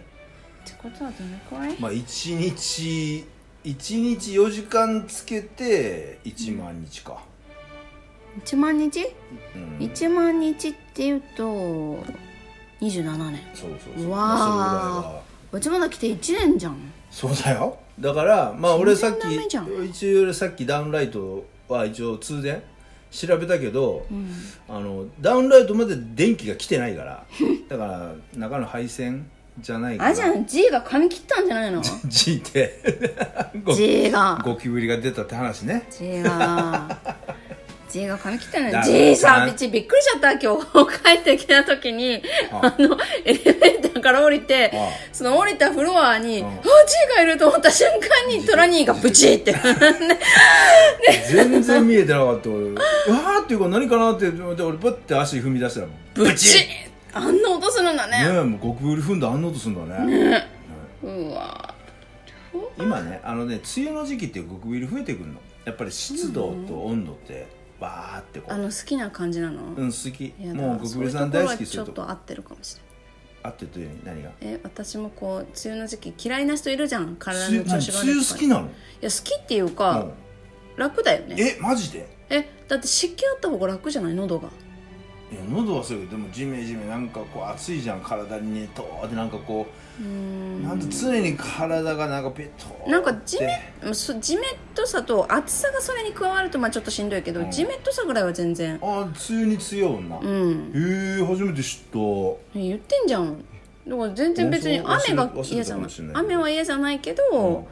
Speaker 1: てことはどのくらい、
Speaker 2: まあ1日1日4時間つけて1万日か、
Speaker 1: 1万日
Speaker 2: うん
Speaker 1: 1万日っていうと27年
Speaker 2: そうそうそう
Speaker 1: うわー
Speaker 2: まあそれぐらいは
Speaker 1: うちまだ来て1年じゃん
Speaker 2: そうだよだからまあ俺さっ
Speaker 1: 全然ダメじゃ
Speaker 2: き一応俺さっきダウンライトは一応通電調べたけど、
Speaker 1: うん
Speaker 2: あのダウンライトまで電気が来てないから だから中の配線じゃないから
Speaker 1: あじゃん G が髪切ったんじゃないの
Speaker 2: G って ゴ
Speaker 1: G が
Speaker 2: ゴキブリが出たって話ね
Speaker 1: G が G が髪切ったの
Speaker 2: だ
Speaker 1: よ G さ
Speaker 2: さん
Speaker 1: びっちびっくりしちゃった今日帰ってきた時に
Speaker 2: あ
Speaker 1: あのエレベーターから降りて
Speaker 2: あ
Speaker 1: その降りたフロアに
Speaker 2: あ
Speaker 1: あ G がいると思った瞬間にトラニーがブチって
Speaker 2: 全然見えてなかった俺わーっていうか何かなって思って俺パッて足踏み出したら
Speaker 1: ブチあんな音するんだね
Speaker 2: ねえもうゴキブリ踏んだらあんな音するんだね
Speaker 1: うわ
Speaker 2: 今ねあのね梅雨の時期ってゴキブリ増えてくるのやっぱり湿度と温度ってバーってこ
Speaker 1: あ
Speaker 2: う
Speaker 1: の好きな感じなの
Speaker 2: うん好き
Speaker 1: いやだ
Speaker 2: もうゴキブリさん
Speaker 1: そうい
Speaker 2: 大
Speaker 1: うところ
Speaker 2: 好
Speaker 1: は
Speaker 2: きす
Speaker 1: ちょ
Speaker 2: る
Speaker 1: っ
Speaker 2: と
Speaker 1: と合ってるかもしれない
Speaker 2: あってというように何が
Speaker 1: え私もこう梅雨の時期嫌いな人いるじゃん体
Speaker 2: 梅雨
Speaker 1: の
Speaker 2: 何
Speaker 1: 調
Speaker 2: 梅
Speaker 1: 子が悪
Speaker 2: 雨
Speaker 1: いと
Speaker 2: 好
Speaker 1: か
Speaker 2: きなの
Speaker 1: いや好きっていうか、
Speaker 2: うん
Speaker 1: 楽だよね
Speaker 2: えマジで
Speaker 1: えだって湿気あった方が楽じゃない喉が
Speaker 2: いや喉はそうやけどでもジメジメなんかこう暑いじゃん体にねとーってなんかこ
Speaker 1: うー
Speaker 2: うんなんと常に体がなんかペトーって
Speaker 1: なんかジメそジメっとさと暑さがそれに加わるとまあちょっとしんどいけど、
Speaker 2: うん
Speaker 1: ジメっとさぐらいは全然
Speaker 2: あー梅雨に強い女、
Speaker 1: う
Speaker 2: へ
Speaker 1: ん
Speaker 2: え初めて知った
Speaker 1: 言ってんじゃんだから全然別に
Speaker 2: あそ
Speaker 1: 雨
Speaker 2: う
Speaker 1: が
Speaker 2: 忘れ
Speaker 1: 嫌じゃな
Speaker 2: 忘れてたか
Speaker 1: い
Speaker 2: もしれない
Speaker 1: 雨は嫌じゃないけど、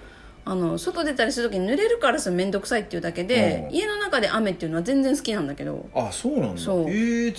Speaker 1: あの外出たりする時に濡れるからさ面倒くさいっていうだけで、
Speaker 2: うん
Speaker 1: 家の中で雨っていうのは全然好きなんだけど
Speaker 2: あそうなんだ
Speaker 1: そう
Speaker 2: ええ梅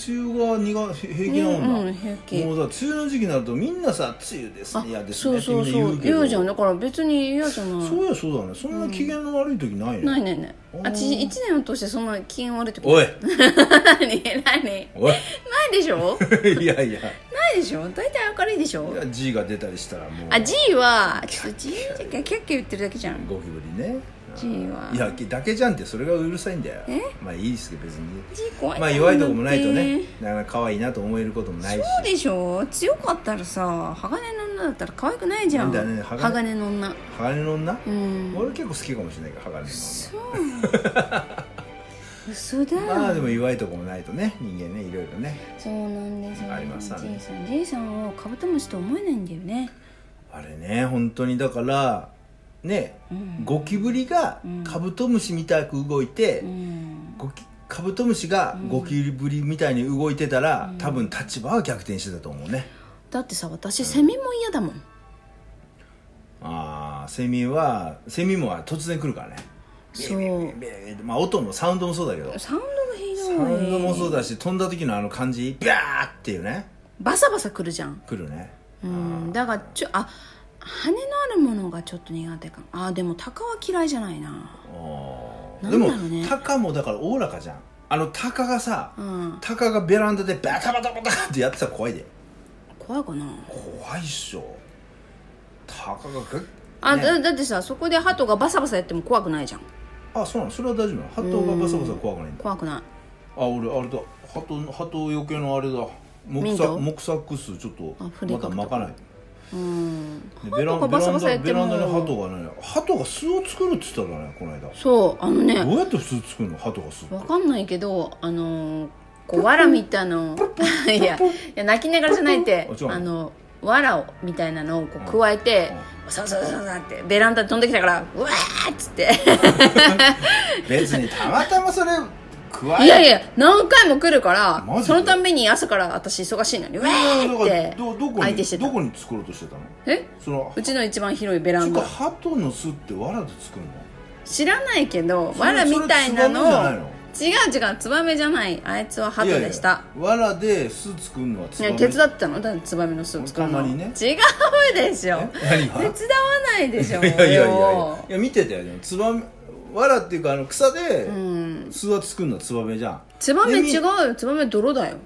Speaker 2: 雨が苦平気なんだ、
Speaker 1: うんうん平気
Speaker 2: もうさ梅雨の時期になるとみんなさ梅雨です
Speaker 1: あ
Speaker 2: ね嫌です
Speaker 1: そ
Speaker 2: ね
Speaker 1: うそう
Speaker 2: って
Speaker 1: そ
Speaker 2: みんな
Speaker 1: う
Speaker 2: 言うけど
Speaker 1: 言うじゃんだから別に嫌じゃない
Speaker 2: そうやそうだねそんな機嫌の悪い時ないね、
Speaker 1: ないねない
Speaker 2: うん
Speaker 1: あち1年を通してそんな機嫌悪いってこと
Speaker 2: おい
Speaker 1: 何何ない
Speaker 2: おい
Speaker 1: でしょ
Speaker 2: いやいやい
Speaker 1: ないでしょ大体明るいでしょ
Speaker 2: や G が出たりしたらもう
Speaker 1: あ G はちょっと G だけキャッキャ言ってるだけじゃん
Speaker 2: ゴキブリね
Speaker 1: G はい
Speaker 2: やだけじゃんってそれがうるさいんだよ
Speaker 1: え
Speaker 2: まあいいですけど別に
Speaker 1: G 怖い
Speaker 2: まあ
Speaker 1: な
Speaker 2: 弱いとこもないと
Speaker 1: だっ
Speaker 2: ね
Speaker 1: て
Speaker 2: なかなか可愛いなと思えることもないし
Speaker 1: そうでしょ強かったらさ鋼の女だったら可愛くないじゃん
Speaker 2: だね鋼
Speaker 1: 鋼の女
Speaker 2: 鋼の女
Speaker 1: うん
Speaker 2: 俺結構好きかもしれないけど鋼の女
Speaker 1: そう嘘だ
Speaker 2: まあでも弱いとこもないとね人間ねいろいろね
Speaker 1: そうなんですよ
Speaker 2: ありますあり
Speaker 1: J
Speaker 2: ます
Speaker 1: さん J さんをカブトムシと思えないんだよね
Speaker 2: あれね本当にだからねゴキブリが
Speaker 1: うん
Speaker 2: カブトムシみたく動いて
Speaker 1: うん
Speaker 2: ゴキカブトムシがゴキブリみたいに動いてたら
Speaker 1: うん
Speaker 2: 多分立場は逆転してたと思うね
Speaker 1: だってさ私セミも嫌だもん
Speaker 2: ああセミはセミも突然来るからね
Speaker 1: そう
Speaker 2: ビリビリビリビリってまあ音もサウンドもそうだけどサ
Speaker 1: サウンドがひどい
Speaker 2: ウンドもそうだし飛んだ時のあの感じビャーっていうね
Speaker 1: バサバサくるじゃん
Speaker 2: 来るね
Speaker 1: うんだからちょあ羽のあるものがちょっと苦手かもあーでも鷹は嫌いじゃないな
Speaker 2: あー
Speaker 1: な
Speaker 2: で
Speaker 1: ん
Speaker 2: も
Speaker 1: だろうね
Speaker 2: タカもだからおおらかじゃんあのタカがさ
Speaker 1: うん
Speaker 2: タカがベランダでバタバタバタってやってたら怖いで
Speaker 1: 怖いかな
Speaker 2: 怖いっしょタカがぐ
Speaker 1: あ、
Speaker 2: ね
Speaker 1: だだってさそこでハトがバサバサやっても怖くないじゃん
Speaker 2: あそうなのそれは大丈夫なのハトがバサバサ怖くないんだ
Speaker 1: 怖くない
Speaker 2: あ俺あれだハトハト余計のあれだ
Speaker 1: ミ
Speaker 2: 木
Speaker 1: ン
Speaker 2: サ
Speaker 1: ト
Speaker 2: 木サックスちょっと
Speaker 1: あ振り
Speaker 2: ま
Speaker 1: かけ
Speaker 2: た
Speaker 1: た
Speaker 2: 巻かない
Speaker 1: うん
Speaker 2: で
Speaker 1: ハトがバサバサやって
Speaker 2: ベラ
Speaker 1: も
Speaker 2: ンダにハトがねハトが巣を作るっつったからねこの間
Speaker 1: そうあのね
Speaker 2: どうやって普通作るのハ トが巣って
Speaker 1: わかんないけどあのーこうわらみたいの いやいや泣きながらじゃないって
Speaker 2: あ違うの
Speaker 1: あのわらをみたいなのをこう加えてサササササってベランダに飛んできたからうわーっつって
Speaker 2: 別にたまたまそれく食わ
Speaker 1: いやいや何回も来るから
Speaker 2: マジで
Speaker 1: そのたんびに朝から私忙しいのにウェーっ
Speaker 2: だから
Speaker 1: て
Speaker 2: どどこ
Speaker 1: 相手
Speaker 2: に
Speaker 1: してた
Speaker 2: どこに作ろうとしてたの
Speaker 1: え
Speaker 2: その
Speaker 1: うちの一番広いベラ
Speaker 2: ちょ
Speaker 1: ン
Speaker 2: っと
Speaker 1: ダ
Speaker 2: 鳩の巣って藁で作るの
Speaker 1: 知らないけど
Speaker 2: それ
Speaker 1: わらみたいなの
Speaker 2: それツバメじゃないの
Speaker 1: 違う違うツバメじゃないあいつはハトでした
Speaker 2: いやいや藁で巣作るのはツ
Speaker 1: い
Speaker 2: バ
Speaker 1: や
Speaker 2: メ
Speaker 1: 手伝ってたのだってツバメの巣作る
Speaker 2: た
Speaker 1: の、
Speaker 2: まにね
Speaker 1: 違うでしょ
Speaker 2: 何
Speaker 1: 手
Speaker 2: が
Speaker 1: 伝わないでしょ
Speaker 2: いやいやいやいや
Speaker 1: よ
Speaker 2: いや見てたよねツバメ藁っていうかあの草で
Speaker 1: うん
Speaker 2: 巣は作るのはツバメじゃん
Speaker 1: ツバメ
Speaker 2: でみ
Speaker 1: 違うよツバメ泥だよ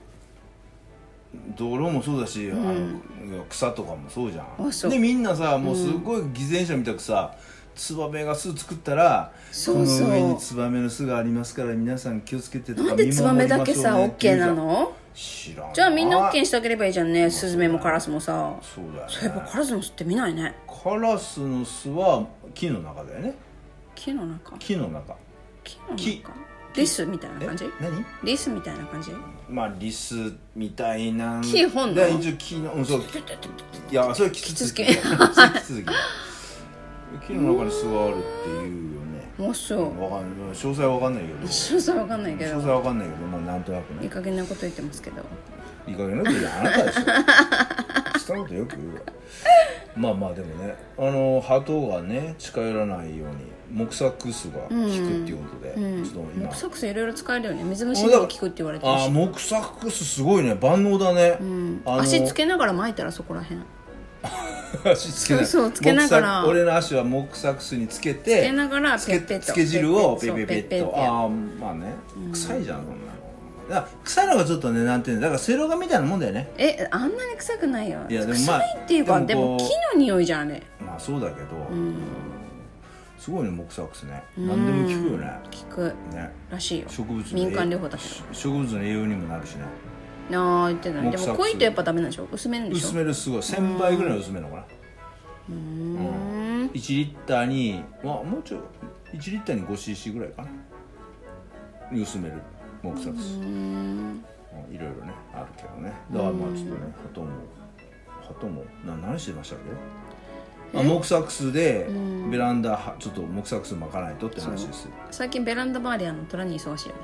Speaker 2: 泥もそうだし、あの草とかもそうじゃん
Speaker 1: あそう
Speaker 2: でみんなさもうすごい偽善者みたくさ、ツバメが巣作ったら
Speaker 1: そうそう
Speaker 2: この上にツバメの巣がありますから皆さん気をつけてとか
Speaker 1: なんで
Speaker 2: 見
Speaker 1: ツ
Speaker 2: 守
Speaker 1: バ
Speaker 2: り
Speaker 1: メ
Speaker 2: ましょ
Speaker 1: だ
Speaker 2: うね
Speaker 1: けさオッケーなの
Speaker 2: 知らん
Speaker 1: じゃあみんなオッケー
Speaker 2: ー
Speaker 1: にしてあげればいいじゃんねスズメもカラスもさ
Speaker 2: そうだよ、ね、
Speaker 1: そういえばカラスの巣って見ないね
Speaker 2: カラスの巣は木の中だよね
Speaker 1: 木の中
Speaker 2: 木の中
Speaker 1: 木の
Speaker 2: 木
Speaker 1: 中リスみたいな
Speaker 2: え
Speaker 1: 感じ
Speaker 2: 何
Speaker 1: リスみたいな感じ
Speaker 2: まあリスみたいな
Speaker 1: 木本能
Speaker 2: で一応木のうんそういやそれはキツツキ
Speaker 1: キ
Speaker 2: キツツキだ木の中に巣があるっていうよね
Speaker 1: もうそう
Speaker 2: わかんない詳細はわかんないけど
Speaker 1: 詳細わかんないけ
Speaker 2: 詳細
Speaker 1: ど
Speaker 2: はわかんないけどまあなんとなく
Speaker 1: いい
Speaker 2: ね
Speaker 1: 加減なこと言ってますけど
Speaker 2: いい加減なこと言うあなたで しょ人のことよく言うわまあまあでもねあの鳩がね近寄らないように木作巣が効くっていうことで、
Speaker 1: うん
Speaker 2: ちょっと今
Speaker 1: 木作戦いろいろ使えるよね水虫にも効くって言われてる
Speaker 2: ああ
Speaker 1: し
Speaker 2: 木作巣すごいね万能だね、
Speaker 1: うん
Speaker 2: あの
Speaker 1: 足つけながら巻いたらそこらへん
Speaker 2: 足つけない
Speaker 1: そうそうつけながら
Speaker 2: 木柵俺の足は木作巣につけ
Speaker 1: つ
Speaker 2: て
Speaker 1: けながら
Speaker 2: つ
Speaker 1: ペ
Speaker 2: け
Speaker 1: ッペッと
Speaker 2: つけ汁をペ
Speaker 1: そう
Speaker 2: ペペッ
Speaker 1: ペッ
Speaker 2: と
Speaker 1: ペッ
Speaker 2: ああまあね臭いじゃんそんなのだから臭いのがちょっとねなんていうのだからセロガみたいなもんだよね
Speaker 1: えあんなに臭くないよ
Speaker 2: いやでもまあ
Speaker 1: 臭いっていうか
Speaker 2: で
Speaker 1: で
Speaker 2: もこ
Speaker 1: も
Speaker 2: う
Speaker 1: 木の匂いじゃんあれ
Speaker 2: まあそうだけど、
Speaker 1: ん
Speaker 2: すごいね木作巣ね
Speaker 1: うん
Speaker 2: 何でも効くよね
Speaker 1: 効く
Speaker 2: ね
Speaker 1: らしいよ
Speaker 2: 植物の
Speaker 1: 民間療法だけ
Speaker 2: 植物の栄養にもなるしね
Speaker 1: どああ言ってない
Speaker 2: 木
Speaker 1: で
Speaker 2: 作
Speaker 1: も濃いとやっぱダメなんでしょ薄めるんでしょ
Speaker 2: 薄めるすごい1000倍ぐらい薄めるのかな
Speaker 1: うーん
Speaker 2: 1リッターにまあもうちょい1リッターに 5cc ぐらいかなに薄める木作
Speaker 1: う
Speaker 2: 巣
Speaker 1: ーん
Speaker 2: いろいろねあるけどねだからまあちょっとね鳩も鳩もな何してましたっけ、まあ、木作巣で
Speaker 1: うん
Speaker 2: ベランダはちょっと木作巣巻かないとって話です
Speaker 1: 最近ベランダ周りあの虎に忙しいよね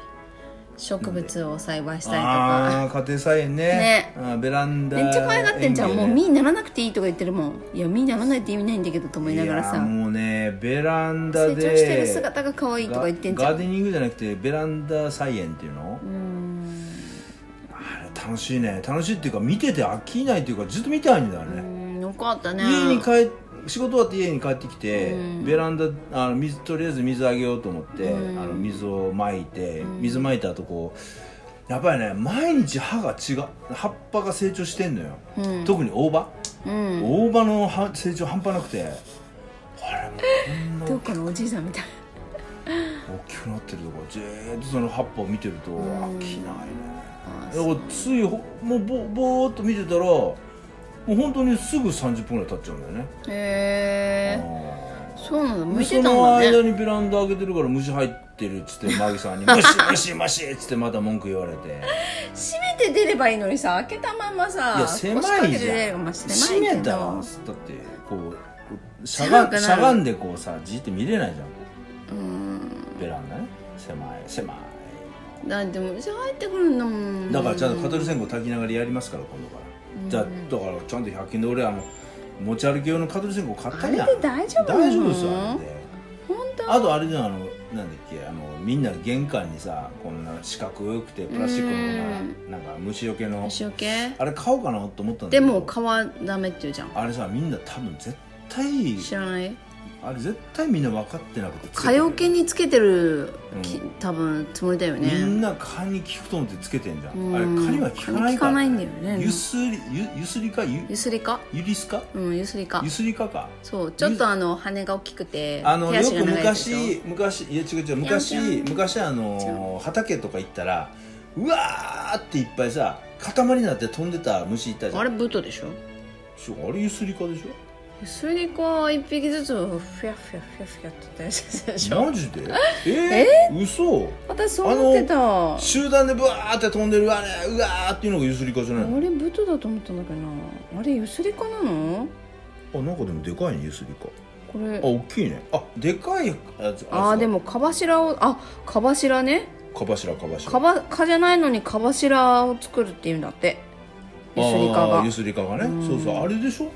Speaker 1: 植物を栽培したりとか
Speaker 2: ああー家庭菜園ね
Speaker 1: ね
Speaker 2: あーベランダ
Speaker 1: めっちゃ可愛がってんじゃん、
Speaker 2: 園芸
Speaker 1: もう
Speaker 2: ね
Speaker 1: 実にならなくていいとか言ってるもんいや実にならないって意味ないんだけどと思いながら
Speaker 2: いや
Speaker 1: さ
Speaker 2: もうねベランダ
Speaker 1: 成
Speaker 2: で
Speaker 1: 長してる姿が可愛いとか
Speaker 2: ガ
Speaker 1: 言ってんじゃ
Speaker 2: ガー
Speaker 1: ん
Speaker 2: デニングじゃなくてベランダ菜園っていうの、
Speaker 1: うーん
Speaker 2: あれ楽しいね楽しいっていうか見てて飽きないっていうかずっと見たいんだよ
Speaker 1: うー
Speaker 2: ね、
Speaker 1: んよかったね
Speaker 2: 家に帰っ仕事終わって家に帰ってきて、
Speaker 1: うん
Speaker 2: ベランダあの水とりあえず水あげようと思って、
Speaker 1: うん
Speaker 2: あの水をまいて、
Speaker 1: うん
Speaker 2: 水まいた後こうやっぱりね毎日歯が違う葉っぱが成長してんのよ、
Speaker 1: うん
Speaker 2: 特に大葉、
Speaker 1: うん
Speaker 2: 大葉の葉成長半端なくてあれもうこ
Speaker 1: どっ
Speaker 2: んな
Speaker 1: かのおじいさんみたい
Speaker 2: 大きくなってるとかじーっとその葉っぱを見てると
Speaker 1: ん
Speaker 2: 飽きないね、
Speaker 1: な
Speaker 2: だからついほもうぼぼーっと見てたらもう本当にすぐ30分ぐらい経っちゃうんだよね
Speaker 1: へえ
Speaker 2: あ
Speaker 1: そうなんだ
Speaker 2: ー
Speaker 1: 向い
Speaker 2: そ
Speaker 1: てたんだ
Speaker 2: の間
Speaker 1: ね
Speaker 2: にベランダ開けてるから虫入ってるっつってマ ギさんに「マシマシマシ」っつってまた文句言われて
Speaker 1: 閉めて出ればいいのにさ開けたままさ
Speaker 2: いや
Speaker 1: 少し
Speaker 2: 狭
Speaker 1: か
Speaker 2: い
Speaker 1: けて
Speaker 2: じ
Speaker 1: 出れ
Speaker 2: ゃ
Speaker 1: ば
Speaker 2: ん
Speaker 1: まあ
Speaker 2: 閉
Speaker 1: 狭い
Speaker 2: め
Speaker 1: け
Speaker 2: たら
Speaker 1: ど
Speaker 2: だってこうしゃが
Speaker 1: 狭くなる
Speaker 2: しゃがんでこうさじーって見れないじゃん
Speaker 1: うーん
Speaker 2: ベランダね狭い狭い
Speaker 1: だってもうじゃあ入ってくるんだもん
Speaker 2: だからちゃんとカトリ線香炊きながらやりますから今度から、じゃあだからちゃんと100均で俺あの持ち歩き用のカトリ線香買ったんや
Speaker 1: あれで大丈夫なの
Speaker 2: 大丈夫ですよあれで
Speaker 1: 本当
Speaker 2: あとあれじゃんあのなんだっけあのみんな玄関にさこんな四角くてプラスチックのこんななんか虫除けの
Speaker 1: 虫除け
Speaker 2: あれ買おうかなと思ったんだけ
Speaker 1: で
Speaker 2: ど
Speaker 1: も皮ダメって言うじゃん
Speaker 2: あれさみんな多分絶対
Speaker 1: 知らない
Speaker 2: あれ絶対みんな分かってなくてつけて
Speaker 1: 蚊
Speaker 2: る
Speaker 1: よけにつけてる、き
Speaker 2: うん
Speaker 1: 多分つもりだよ
Speaker 2: みん
Speaker 1: ね
Speaker 2: な蚊に効くと思ってつけてんじゃん
Speaker 1: うん
Speaker 2: あれ蚊には効かないから
Speaker 1: 蚊に効かないんだよね
Speaker 2: ゆすりゆゆすりかゆ
Speaker 1: ゆすりか
Speaker 2: ゆりすか
Speaker 1: うんゆすりか
Speaker 2: ゆすりかか
Speaker 1: そうちょっとあの羽が大きくて
Speaker 2: あの
Speaker 1: 手
Speaker 2: よ
Speaker 1: 足
Speaker 2: く
Speaker 1: が長いやつでしょ
Speaker 2: 昔昔いや違う違う昔
Speaker 1: ピョンピョン
Speaker 2: 昔あのー畑とか行ったらうわーっていっぱいさ塊になって飛んでた虫いたじゃん
Speaker 1: あれブトでしょ
Speaker 2: そうあれゆすりかでし
Speaker 1: それでこう一匹ずつふやふやふやふやって大切で し
Speaker 2: ょ
Speaker 1: ょ
Speaker 2: マジで えー、嘘
Speaker 1: 私そう思ってたあ
Speaker 2: 集団でブワーって飛んでるあれうわーっていうのがゆすりかじゃないの
Speaker 1: れブトだと思ったんだけどなあれゆすりかなの
Speaker 2: あなんかでもでかいねゆすりか
Speaker 1: こ
Speaker 2: あ
Speaker 1: れ
Speaker 2: 大きいねあでかいやつ
Speaker 1: あ
Speaker 2: そ
Speaker 1: あ
Speaker 2: う
Speaker 1: でもかばしらをあかばしらね
Speaker 2: かばしらかばしら
Speaker 1: かば蚊じゃないのにかばしらを作るっていうんだってゆすりかが
Speaker 2: あー
Speaker 1: あ
Speaker 2: ゆすりかがね、そうそうあれでしょ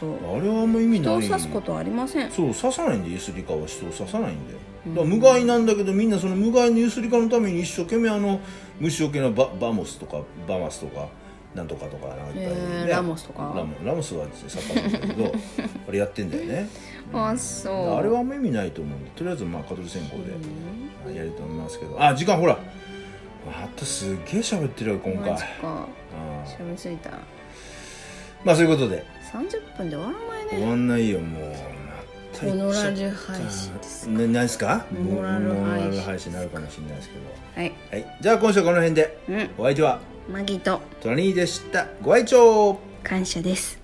Speaker 1: そう
Speaker 2: あれはあんま意味な
Speaker 1: 人
Speaker 2: い
Speaker 1: を刺すことはありません
Speaker 2: そう刺さないんでゆすりかは人を刺さないんでだから無害なんだけどみんなその無害のゆすりかのために一生懸命あの虫除けのババモスとかバマスとかなんとかとかなんかいっぱいね
Speaker 1: えーラモスとか
Speaker 2: ラモラモスはサッカーなんだけど あれやってんだよね
Speaker 1: あそう
Speaker 2: あれはあんま意味ないと思うんでとりあえずまあカトリ選考でやると思いますけどあ時間ほらまたすげえ喋ってるよ今回
Speaker 1: マジか
Speaker 2: あー
Speaker 1: しゃべりすぎた
Speaker 2: まあそういうことで
Speaker 1: 30分で終わらないね
Speaker 2: 終わんないよもうまた
Speaker 1: モ
Speaker 2: 行
Speaker 1: ノ
Speaker 2: っちゃっ
Speaker 1: ラル配信です
Speaker 2: なないですか
Speaker 1: モラル配信
Speaker 2: モラル配信になるかもしれないですけど
Speaker 1: はい
Speaker 2: はいじゃあ今週はこの辺で
Speaker 1: うん
Speaker 2: お相手は
Speaker 1: マギと
Speaker 2: トラニーでしたご愛聴
Speaker 1: 感謝です